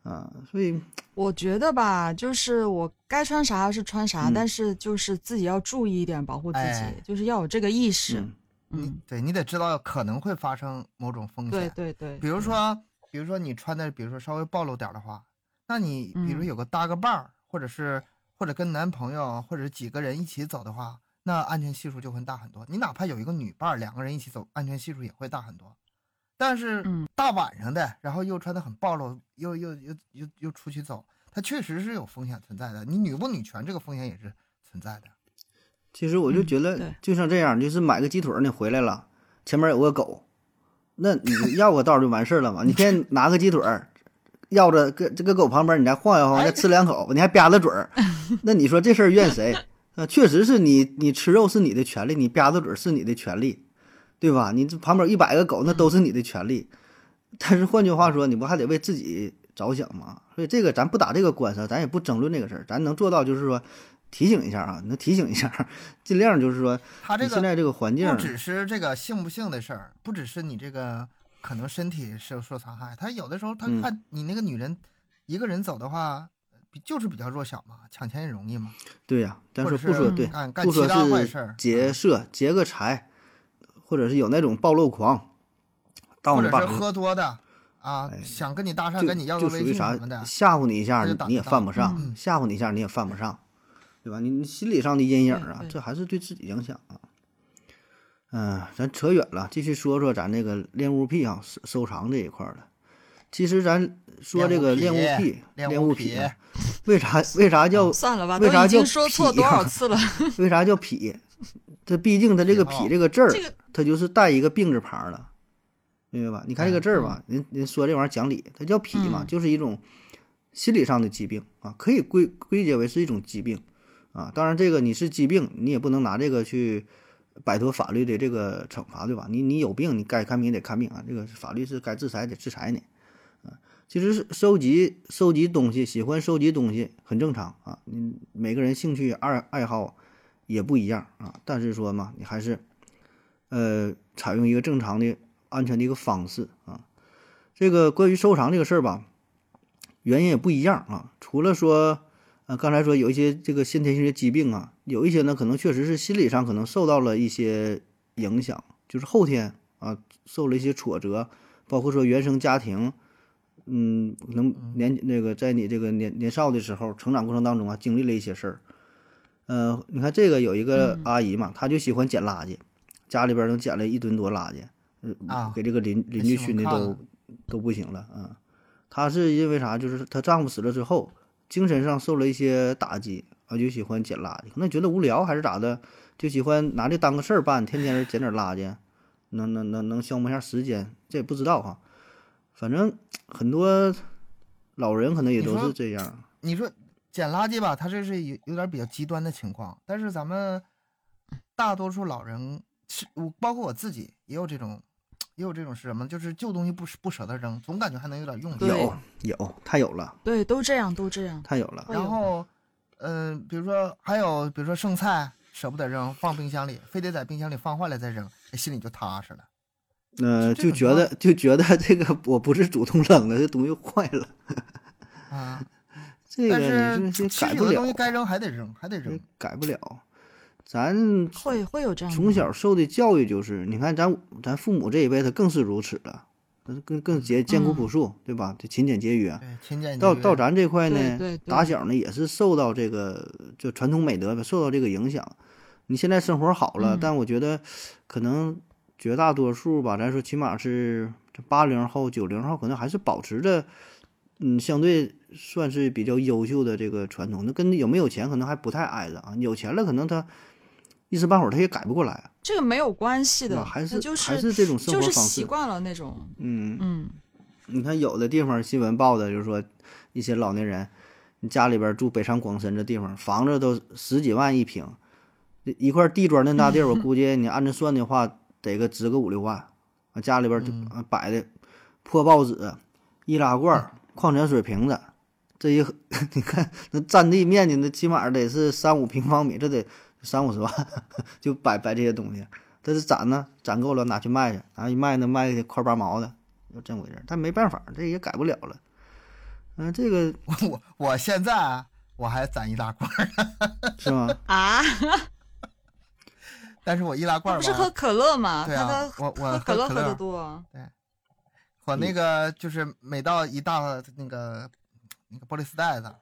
啊，所以我觉得吧，就是我该穿啥是穿啥，嗯但是就是自己要注意一点，保护自己，哎就是要有这个意识。嗯你嗯，对你得知道可能会发生某种风对险。对对，比如说，比如说你穿的，比如说稍微暴露点儿的话，那你比如嗯有个搭个伴儿，或者是或者跟男朋友或者几个人一起走的话，那安全系数就会大很多。你哪怕有一个女伴儿，两个人一起走，安全系数也会大很多。但是嗯大晚上的，然后又穿的很暴露，又又又又又出去走，它确实是有风险存在的。你女不女权这个风险也是存在的。其实我就觉嗯得对就像这样，就是买个鸡腿儿你回来了，前面有个狗，那你要个道儿就完事儿了嘛，你先拿个鸡腿儿。要着跟这个狗旁边，你再晃悠晃悠，再吃两口，你还吧嗒嘴儿，那你说这事儿怨谁？啊，确实是你，你吃肉是你的权利，你吧嗒嘴儿是你的权利，对吧？你这旁边一百个狗，那都是你的权利。但是换句话说，你不还得为自己着想吗？所以这个咱不打这个官司，咱也不争论这个事儿，咱能做到就是说，提醒一下啊，那提醒一下，尽量就是说，他这你现个在这个环境不，只是这个性不性的事儿，不只是你这个可能身体受受伤害，他有的时候他嗯看你那个女人一个人走的话，比就是比较弱小嘛，抢钱也容易嘛，对呀、咱或者说是不说对，干干不其说他坏是事儿，劫嗯色、劫个财，或者是有那种暴露狂，到或你者把是喝多的啊，哎想跟你搭讪，就跟你要个就属微于信啥什么的，吓唬你一下那就你打，你也不犯到不上；嗯吓唬你一下，你也犯不上，对吧？你你心理上的阴影啊对，对这还是对自己影响啊。嗯、咱扯远了，继续说说咱这个恋物癖啊，收收藏这一块儿了。其实咱说这个恋恋物物癖，恋恋物物癖嗯癖啊，为啥为啥叫算了吧，为都啥已经叫说错痞多少啊次了，为啥叫痞？它毕竟它这个痞痞号这个字儿这个，它就是带一个病字旁儿了，明白吧？你看这个字儿吧，人人说这玩意儿讲理，它叫痞嘛，嗯就是一种心理上的疾病啊，可以归归结为是一种疾病啊。当然，这个你是疾病，你也不能拿这个去摆脱法律的这个惩罚，对吧？你你有病，你该看病得看病啊，这个法律是该制裁得制裁你。啊其实是收集收集东西，喜欢收集东西很正常啊。你每个人兴趣爱爱好也不一样啊，但是说嘛，你还是呃采用一个正常的、安全的一个方式啊。这个关于收藏这个事儿吧，原因也不一样啊。除了说呃刚才说有一些这个先天性的疾病啊，有一些呢可能确实是心理上可能受到了一些影响，就是后天啊受了一些挫折，包括说原生家庭。嗯，可能年那个在你这个年年少的时候成长过程当中啊，经历了一些事儿。呃，你看这个有一个阿姨嘛，她就喜欢捡垃圾，家里边儿能捡了一吨多垃圾，嗯啊给这个邻邻居熏的新闻看都了都不行了啊、嗯她是因为啥？就是她丈夫死了之后，精神上受了一些打击啊，就喜欢捡垃圾，可能觉得无聊还是咋的，就喜欢拿这当个事儿办，天天捡点垃圾，能能能能消磨一下时间，这也不知道哈、反正很多老人可能也你都说是这样，你说捡垃圾吧，他这是有有点比较极端的情况，但是咱们大多数老人是，我包括我自己也有这种，也有这种是什么？就是旧东西不舍不舍得扔，总感觉还能有点用处。对有有太有了，对，都这样，都这 [laughs] 样。太有了，会然有后，嗯、比如说还有，比如说剩菜舍不得扔，放冰箱里，非得在冰箱里放坏了再扔，哎心里就踏实了。呃，这就种觉得就觉得这个 [laughs] 我不是主动扔的，这东西坏了，啊，这但个你是这其改实不有的了啊嗯东西，该扔还得扔，还得这扔。改不了。咱会会有这样的从小受的教育就是，你看咱咱父母这一辈，他更是如此了，他更更节艰苦朴素，对吧？这勤俭节约。啊对，勤俭节到约。 [laughs] 到咱这块呢，对对对打小呢也是受到这个就传统美德吧，受到这个影响。你现在生活好了，嗯但我觉得可能绝大多数吧，咱说起码是八零后、九零后，可能还是保持着嗯相对算是比较优秀的这个传统。那跟有没有钱可能还不太挨着啊，有钱了可能他一时半会儿他也改不过来，这个没有关系对吧？的，还那是就还是这种生就活是方习式，惯了那种，嗯。嗯，你看有的地方新闻报的，就是说一些老年人，你家里边住北上广深这地方，房子都十几万一平，一块地砖那么大地儿，我估计你按着算的话，得个值个五六万。啊，家里边就嗯啊摆的破报纸、易拉罐儿、矿泉水瓶子，这一 [laughs] 你看那占地面积，那起码得是三五平方米，这得三五十万， [laughs] 就摆摆这些东西。但是攒呢，攒够了拿去卖去，拿一卖呢卖的块八毛的，就这么回事儿。但没办法，这也改不了了。嗯、这个我我现在啊我还攒一大罐儿，是吗？啊，但是我易拉罐他儿不是吧喝可乐吗？对他啊他我我喝喝可乐喝乐的多啊，嗯我那个就是每到一大那个那个玻璃丝袋子老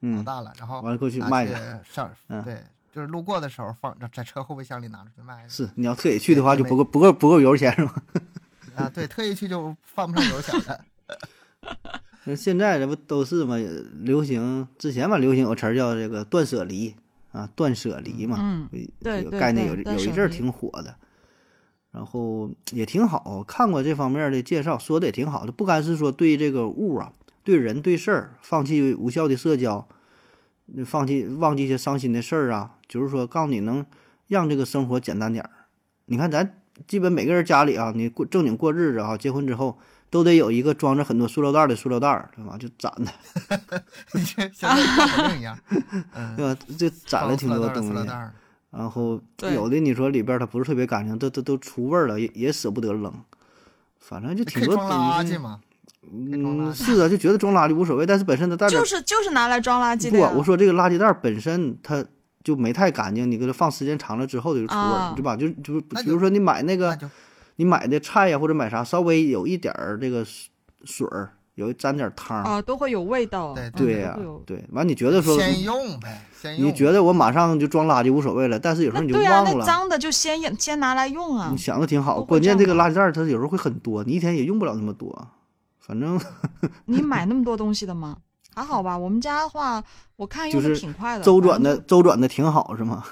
嗯，大了，然后完了过去拿卖去去。上嗯对，就是路过的时候放在车后备箱里拿出去卖去是，你要特意去的话，对就不够不够不够油钱是吗？啊，对，特意去就犯不上油钱了。 [laughs] 那现在这不都是嘛，流行之前嘛，流行有词儿叫这个断舍离啊，断舍离嘛，嗯，有对这个对概念对有断有一舍阵儿离挺火的，然后也挺好，看过这方面的介绍，说的也挺好的，不单是说对这个物啊、对人、对事儿，放弃无效的社交，嗯放弃忘记一些伤心的事儿啊，就是说告诉你能让这个生活简单点儿。你看咱基本每个人家里啊，你过正经过日子啊，结婚之后都得有一个装着很多塑料袋儿的塑料袋儿，对吧？就攒的，你这 [laughs] 像口令 [laughs] 一样，嗯，对吧？这攒了挺多包塑东料西袋，儿然后对有的你说里边儿它不是特别干净，都都都出味儿了，也也舍不得扔，反正就可挺以多装垃东西圾。嘛，以装垃嗯，圾是啊，就觉得装垃圾无所谓，但是本身它袋就表是就是拿来装垃圾的不呀。，啊我说这个垃圾袋儿本身它就没太干净，你给它放时间长了之后它就出味儿，啊对吧？就就那比就如说你买那个那就你买的菜呀、或者买啥，稍微有一点儿这个水水儿，有一沾点儿汤儿，哦啊，都会有味道。对嗯对呀、都会有对，完你觉得说先用呗，先用。你觉得我马上就装垃圾无所谓了，但是有时候那你就对啊，忘那了。脏的就先用先拿来用啊你。想的挺好，都会关键这这样个垃圾袋儿它有时候会很多，你一天也用不了那么多。反正你买那么多东西的吗？ [laughs] 还好吧，我们家的话，我看用就的是挺快 [laughs] 的，周反转正的周转的挺好是吗？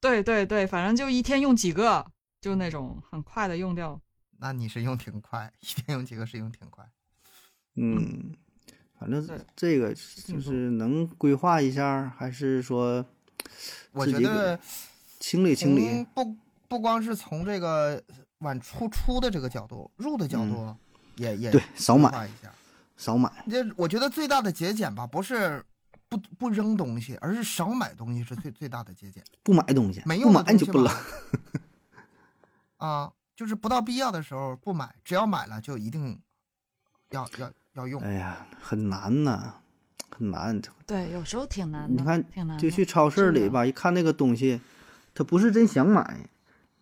对对对，反正就一天用几个，就那种很快的用掉。那你是用挺快，一天用几个是用挺快。嗯，反正对这个挺就多是能规划一下儿，还是说我自觉己得清理清从理？不不光是从这个往出出的这个角度，入的角度也、也嗯对，少买规划一下。少买。这我觉得最大的节俭吧，不是不不扔东西，而是少买东西是最最大的节俭。不买东西，没不用的买你东就西不扔吧。啊，就是不到必要的时候不买，只要买了就一定要要要 [laughs] 用。哎呀，很难呐、很难。对，有时候挺难你的，看挺难的。就去超市是里嗯的吧，一看那个东西，他不是真想买，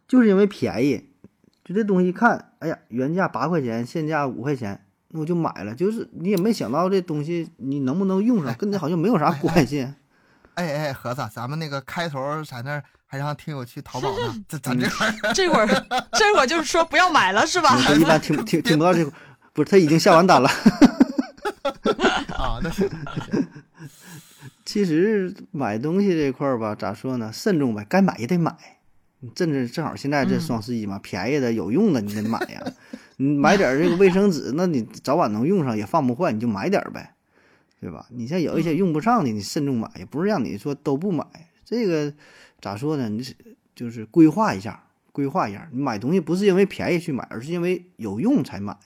就是因为便宜。就这东西一看，哎呀，原价八块钱，现价五块钱，那我就买了。就是你也没想到这东西你能不能用上，跟你好像没有啥关系。哎哎，盒子，咱们那个开头在那儿还让听友去淘宝呢，咱咱这块儿这 [laughs] 会儿这会儿就是说不要买了是吧？他一般听听听不到这，不是他已经下完单了。啊，那行那行，其实买东西这块儿吧，咋说呢？慎重呗，该买也得买。你正是正好现在这嗯双十一嘛，便宜的有用的你得买呀。你买点儿这个卫生纸，那你早晚能用上，也放不坏，你就买点儿呗，对吧？你像有一些用不上的，你慎重买，也不是让你说都不买。这个咋说呢？你是就是规划一下，规划一下。你买东西不是因为便宜去买，而是因为有用才买。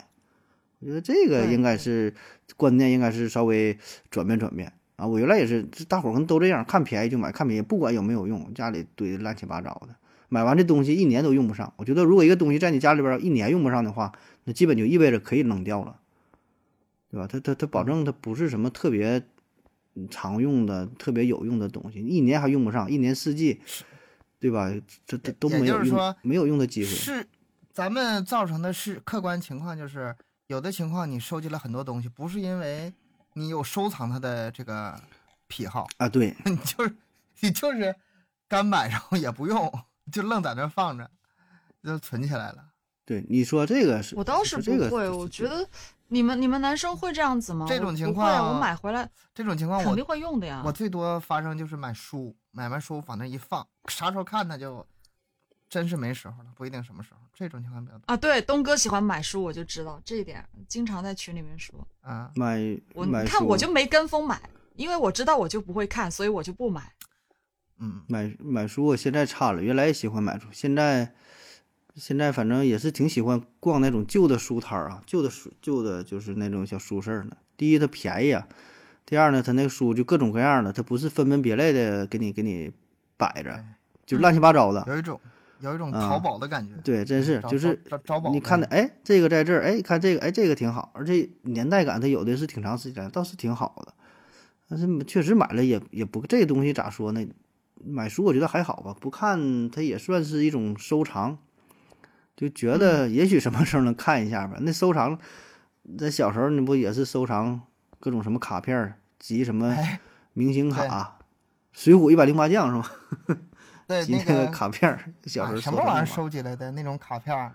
我觉得这个对应该是观念，应该是稍微转变转变啊。我原来也是，这大伙儿可能都这样，看便宜就买，看便宜不管有没有用，家里堆得乱七八糟的。买完这东西一年都用不上，我觉得如果一个东西在你家里边儿一年用不上的话，那基本就意味着可以扔掉了，对吧？它它它保证它不是什么特别嗯常用的、特别有用的东西，一年还用不上，一年四季，对吧？这这都也没就有是用说，没有用的机会。是咱们造成的是客观情况，就是有的情况你收集了很多东西，不是因为你有收藏它的这个癖好， [laughs] 啊，对，你就是你就是干买，然后也不用，就愣在那儿放着，就存起来了。对，你说这个是， [laughs] 我倒是这不个会，我觉得你们你们男生会这样子吗？这我种情不会啊我况买回来这种情况肯定我会用的呀我。最多发生就是买书，买完书往那一放，啥时候看它就真是没时候了，不一定什么时候。这种情况比较多啊，对，东哥喜欢买书，我就知道这一点，经常在群里面说。啊。买我买你看书我就没跟风买，因为我知道我就不会看，所以我就不买。嗯，买买书，我现在差了，原来也喜欢买书，现在现在反正也是挺喜欢逛那种旧的书摊儿啊，旧的书旧的就是那种小书市儿呢。第一它便宜啊，第二呢它那个书就各种各样的，它不是分门别类的给你给你摆着，就乱七八糟的。有一种有一种啊淘宝的感觉，对，真是找就是找找找宝，你看的，，哎，这个在这儿，哎，看这个，哎，这个挺好，而且年代感它有的是挺长时间，倒是挺好的。但是确实买了也也不，这东西咋说呢？买书我觉得还好吧，不看它也算是一种收藏，就觉得嗯也许什么时候能看一下吧。那收藏，咱小时候你不也是收藏各种什么卡片儿，集什么哎，明星卡，水浒一百零八将》是吧？[laughs] 对集那那个个卡片儿，小时候哎什收么玩意儿藏收集来的那种卡片儿，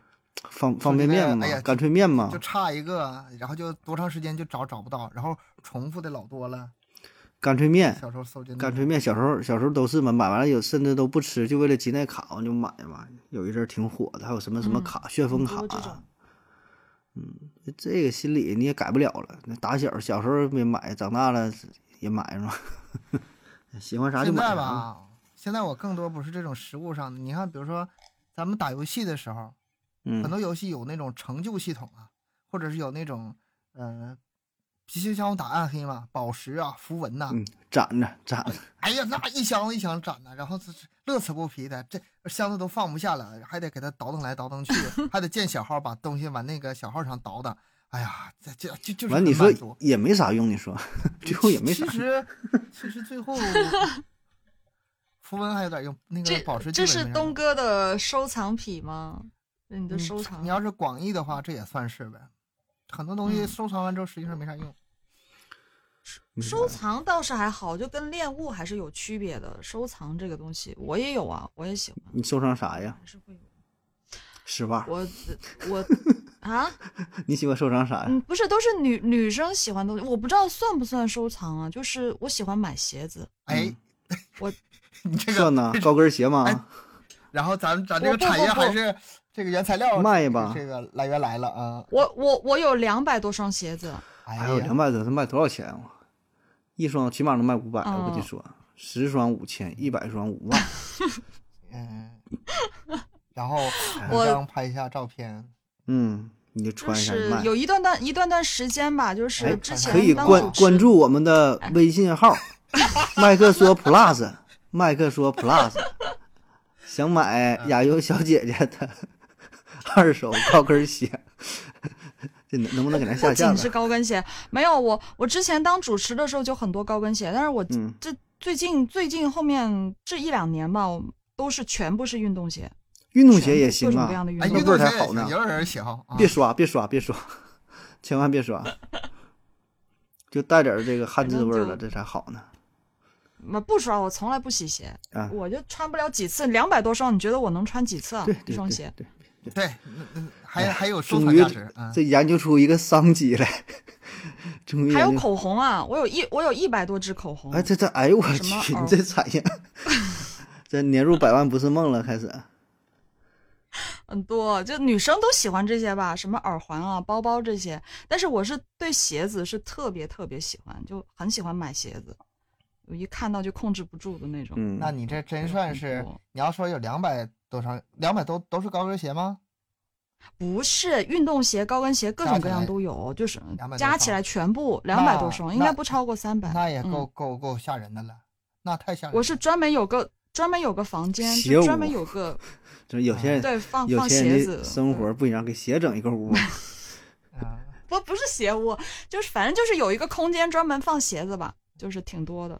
方方便面收集那个嘛哎呀，干脆面嘛就，差一个，然后就多长时间就找找不到，然后重复的老多了。干脆面。小时候收集那干种脆面小时候小时候都是嘛，买完了有甚至都不吃，就为了集那卡我就买嘛。有一阵儿挺火的，还有什么什么嗯卡、旋风卡嗯很多这种，这个心理你也改不了了。那打小小时候没买，长大了也买是吧？ [laughs] 喜欢啥就现买啊在啥。吧，现在我更多不是这种实物上的。你看，比如说咱们打游戏的时候，很嗯，多游戏有那种成就系统啊，或者是有那种呃皮鞋箱打暗黑嘛，宝石啊、符文呐、嗯，攒着攒着，哎呀，那一箱一箱攒的，然后这是乐此不疲的，这箱子都放不下了，还得给他倒腾来倒腾去，还得建小号，把东西往那个小号上倒腾。哎呀，这这就就是完你很说满足也没啥用，你 [laughs] 说最后也没啥其。 [laughs] 实其实最后符文还有点用，那个这宝石基这本是没啥东用哥的收藏品吗？对你的嗯收藏你，要是广义的话，这也算是呗。很多东西嗯收藏完之后实际上没啥用。没啥收藏倒是还好，就跟恋物还是有区别的。收藏这个东西，我也有啊，我也喜欢，你收藏啥呀？还是会有。丝袜？我我 [laughs] 啊，你喜欢收藏啥呀？嗯，不是，都是女女生喜欢的东西，我不知道算不算收藏啊。就是我喜欢买鞋子，哎，我 [laughs] 你这个算，呐，高跟鞋哎吗？然后咱咱这个不不产业不还是这个原材料卖吧这个来源来了啊。我我我有两百多双鞋子，哎哎呦，两呀，百多，他卖多少钱啊？一双起码能卖五百，我跟你哦说，十双五千，一百双 [laughs] 五万。嗯，然 [laughs] 后我我刚拍一下照片，嗯，你就就穿一下是卖。有一段段一段段时间吧，就是哎之可前可以当关主持哎关注我们的微信号“麦克说 Plus”，麦克说 Plus，想买亚优小姐姐的 [laughs] 二手高跟鞋， [laughs] 这能能不能给咱不下架仅是了？高跟鞋，没有我我之前当主持的时候就很多高跟鞋，但是我嗯这最近最近后面这一两年吧，我都是全部是运动鞋，运动鞋也各行种各样啊的，运哎，那动运鞋。味动儿才鞋也好呢行，有人喜好啊别。刷别刷别刷， [laughs] 千万别 [laughs] 刷，就带点儿这个汉字味儿了，反正就这才好呢。那不刷，我从来不洗鞋，啊我就穿不了几次，两百多双，你觉得我能穿几次啊对？一对双对鞋，对，对，嗯嗯还还有收终藏于价值啊。这研究出一个商机来，终于还有研究口红啊，我有一我有一百多支口红。哎，这这，哎呦我什么去，你偶这产业，这年入百万不是梦了，开始。很多，就女生都喜欢这些吧，什么耳环啊、包包这些。但是我是对鞋子是特别特别喜欢，就很喜欢买鞋子，我一看到就控制不住的那种。嗯，那你这真算是多，你要说有两百多双，两百都都是高跟鞋吗？不是运动鞋、高跟鞋，各加种起各样来都有，就是200多加起双来全部两百多双，应那该不超过三百。那也够嗯。够够吓人的了，那太吓人了。我是专门有个专门有个房间，鞋就专屋门有 [laughs] 个就是有些人，对放有放些鞋人子的。生活不一样，给鞋整一个 [laughs] 屋。啊，不不是鞋屋，就是反正就是有一个空间专门放鞋子吧，就是挺多的。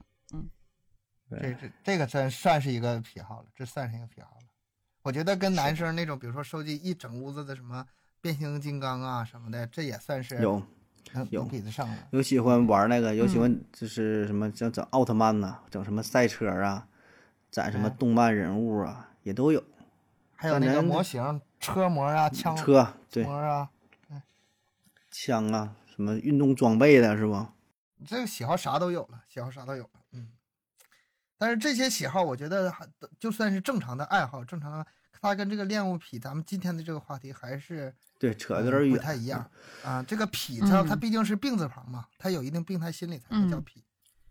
这这这个真算是一个癖好了，这算是一个癖好了。我觉得跟男生那种，比如说收集一整屋子的什么变形金刚啊什么的，这也算是有能有能比得上的。有喜欢玩那个，有喜嗯欢就是什么像整奥特曼呐、整什么赛车啊，攒什么嗯动漫人物啊，也都有。还有但那个咱模型、车模啊、枪嗯车对模啊，枪啊，什么运动装备的是不？你这个喜好啥都有了，喜好啥都有了。嗯，但是这些喜好，我觉得还就算是正常的爱好，正常的，它跟这个恋物癖，咱们今天的这个话题还是对，扯得有嗯点远。不太一样。啊。这个痞，它它嗯毕竟是病字旁嘛，它有一定病态心理才能叫嗯痞。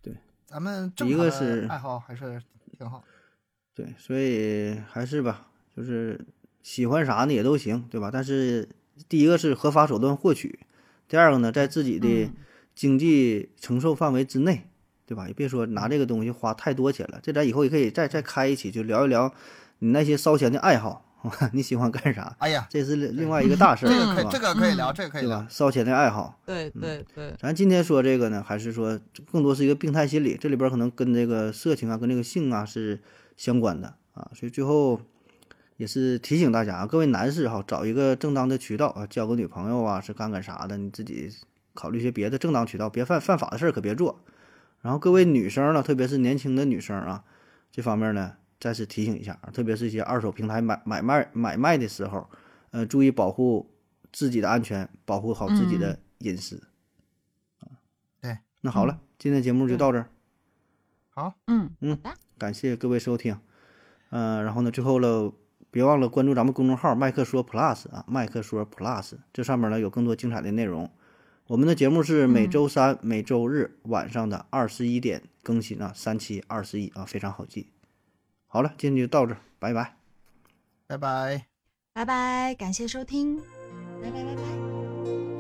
对，咱们正一常个的是爱好还是挺好。对，所以还是吧，就是喜欢啥呢也都行，对吧？但是第一个是合法手段获取，第二个呢，在自己的嗯经济承受范围之内，对吧？也别说拿这个东西花太多钱了，这咱以后也可以再再开一期，就聊一聊你那些烧钱的爱好， [laughs] 你喜欢干啥？哎呀，这是另另外一个大事这儿，个可对以，这吧？个可以嗯聊，这个可以对聊。吧？烧钱的爱好，对对对。咱今天说这个呢，还是说更多是一个病态心理，这里边可能跟这个色情啊，跟这个性啊是相关的啊，所以最后也是提醒大家啊，各位男士哈，找一个正当的渠道啊，交个女朋友啊，是干干啥的，你自己考虑一些别的正当渠道，别犯犯法的事儿可别做。然后各位女生呢，特别是年轻的女生啊，这方面呢再次提醒一下，特别是一些二手平台买买卖买卖的时候，呃，注意保护自己的安全，保护好自己的隐私。啊对，那好了，今天节目就到这儿，好，嗯，感谢各位收听。嗯、然后呢，最后了，别忘了关注咱们公众号“麦克说 Plus” 啊，“麦克说 Plus”，这上面呢有更多精彩的内容。我们的节目是每周三、每周日晚上的二十一点更新啊，三期二十一啊，非常好记。好了，今天就到这儿，拜拜。拜拜。拜拜，感谢收听，拜拜拜拜。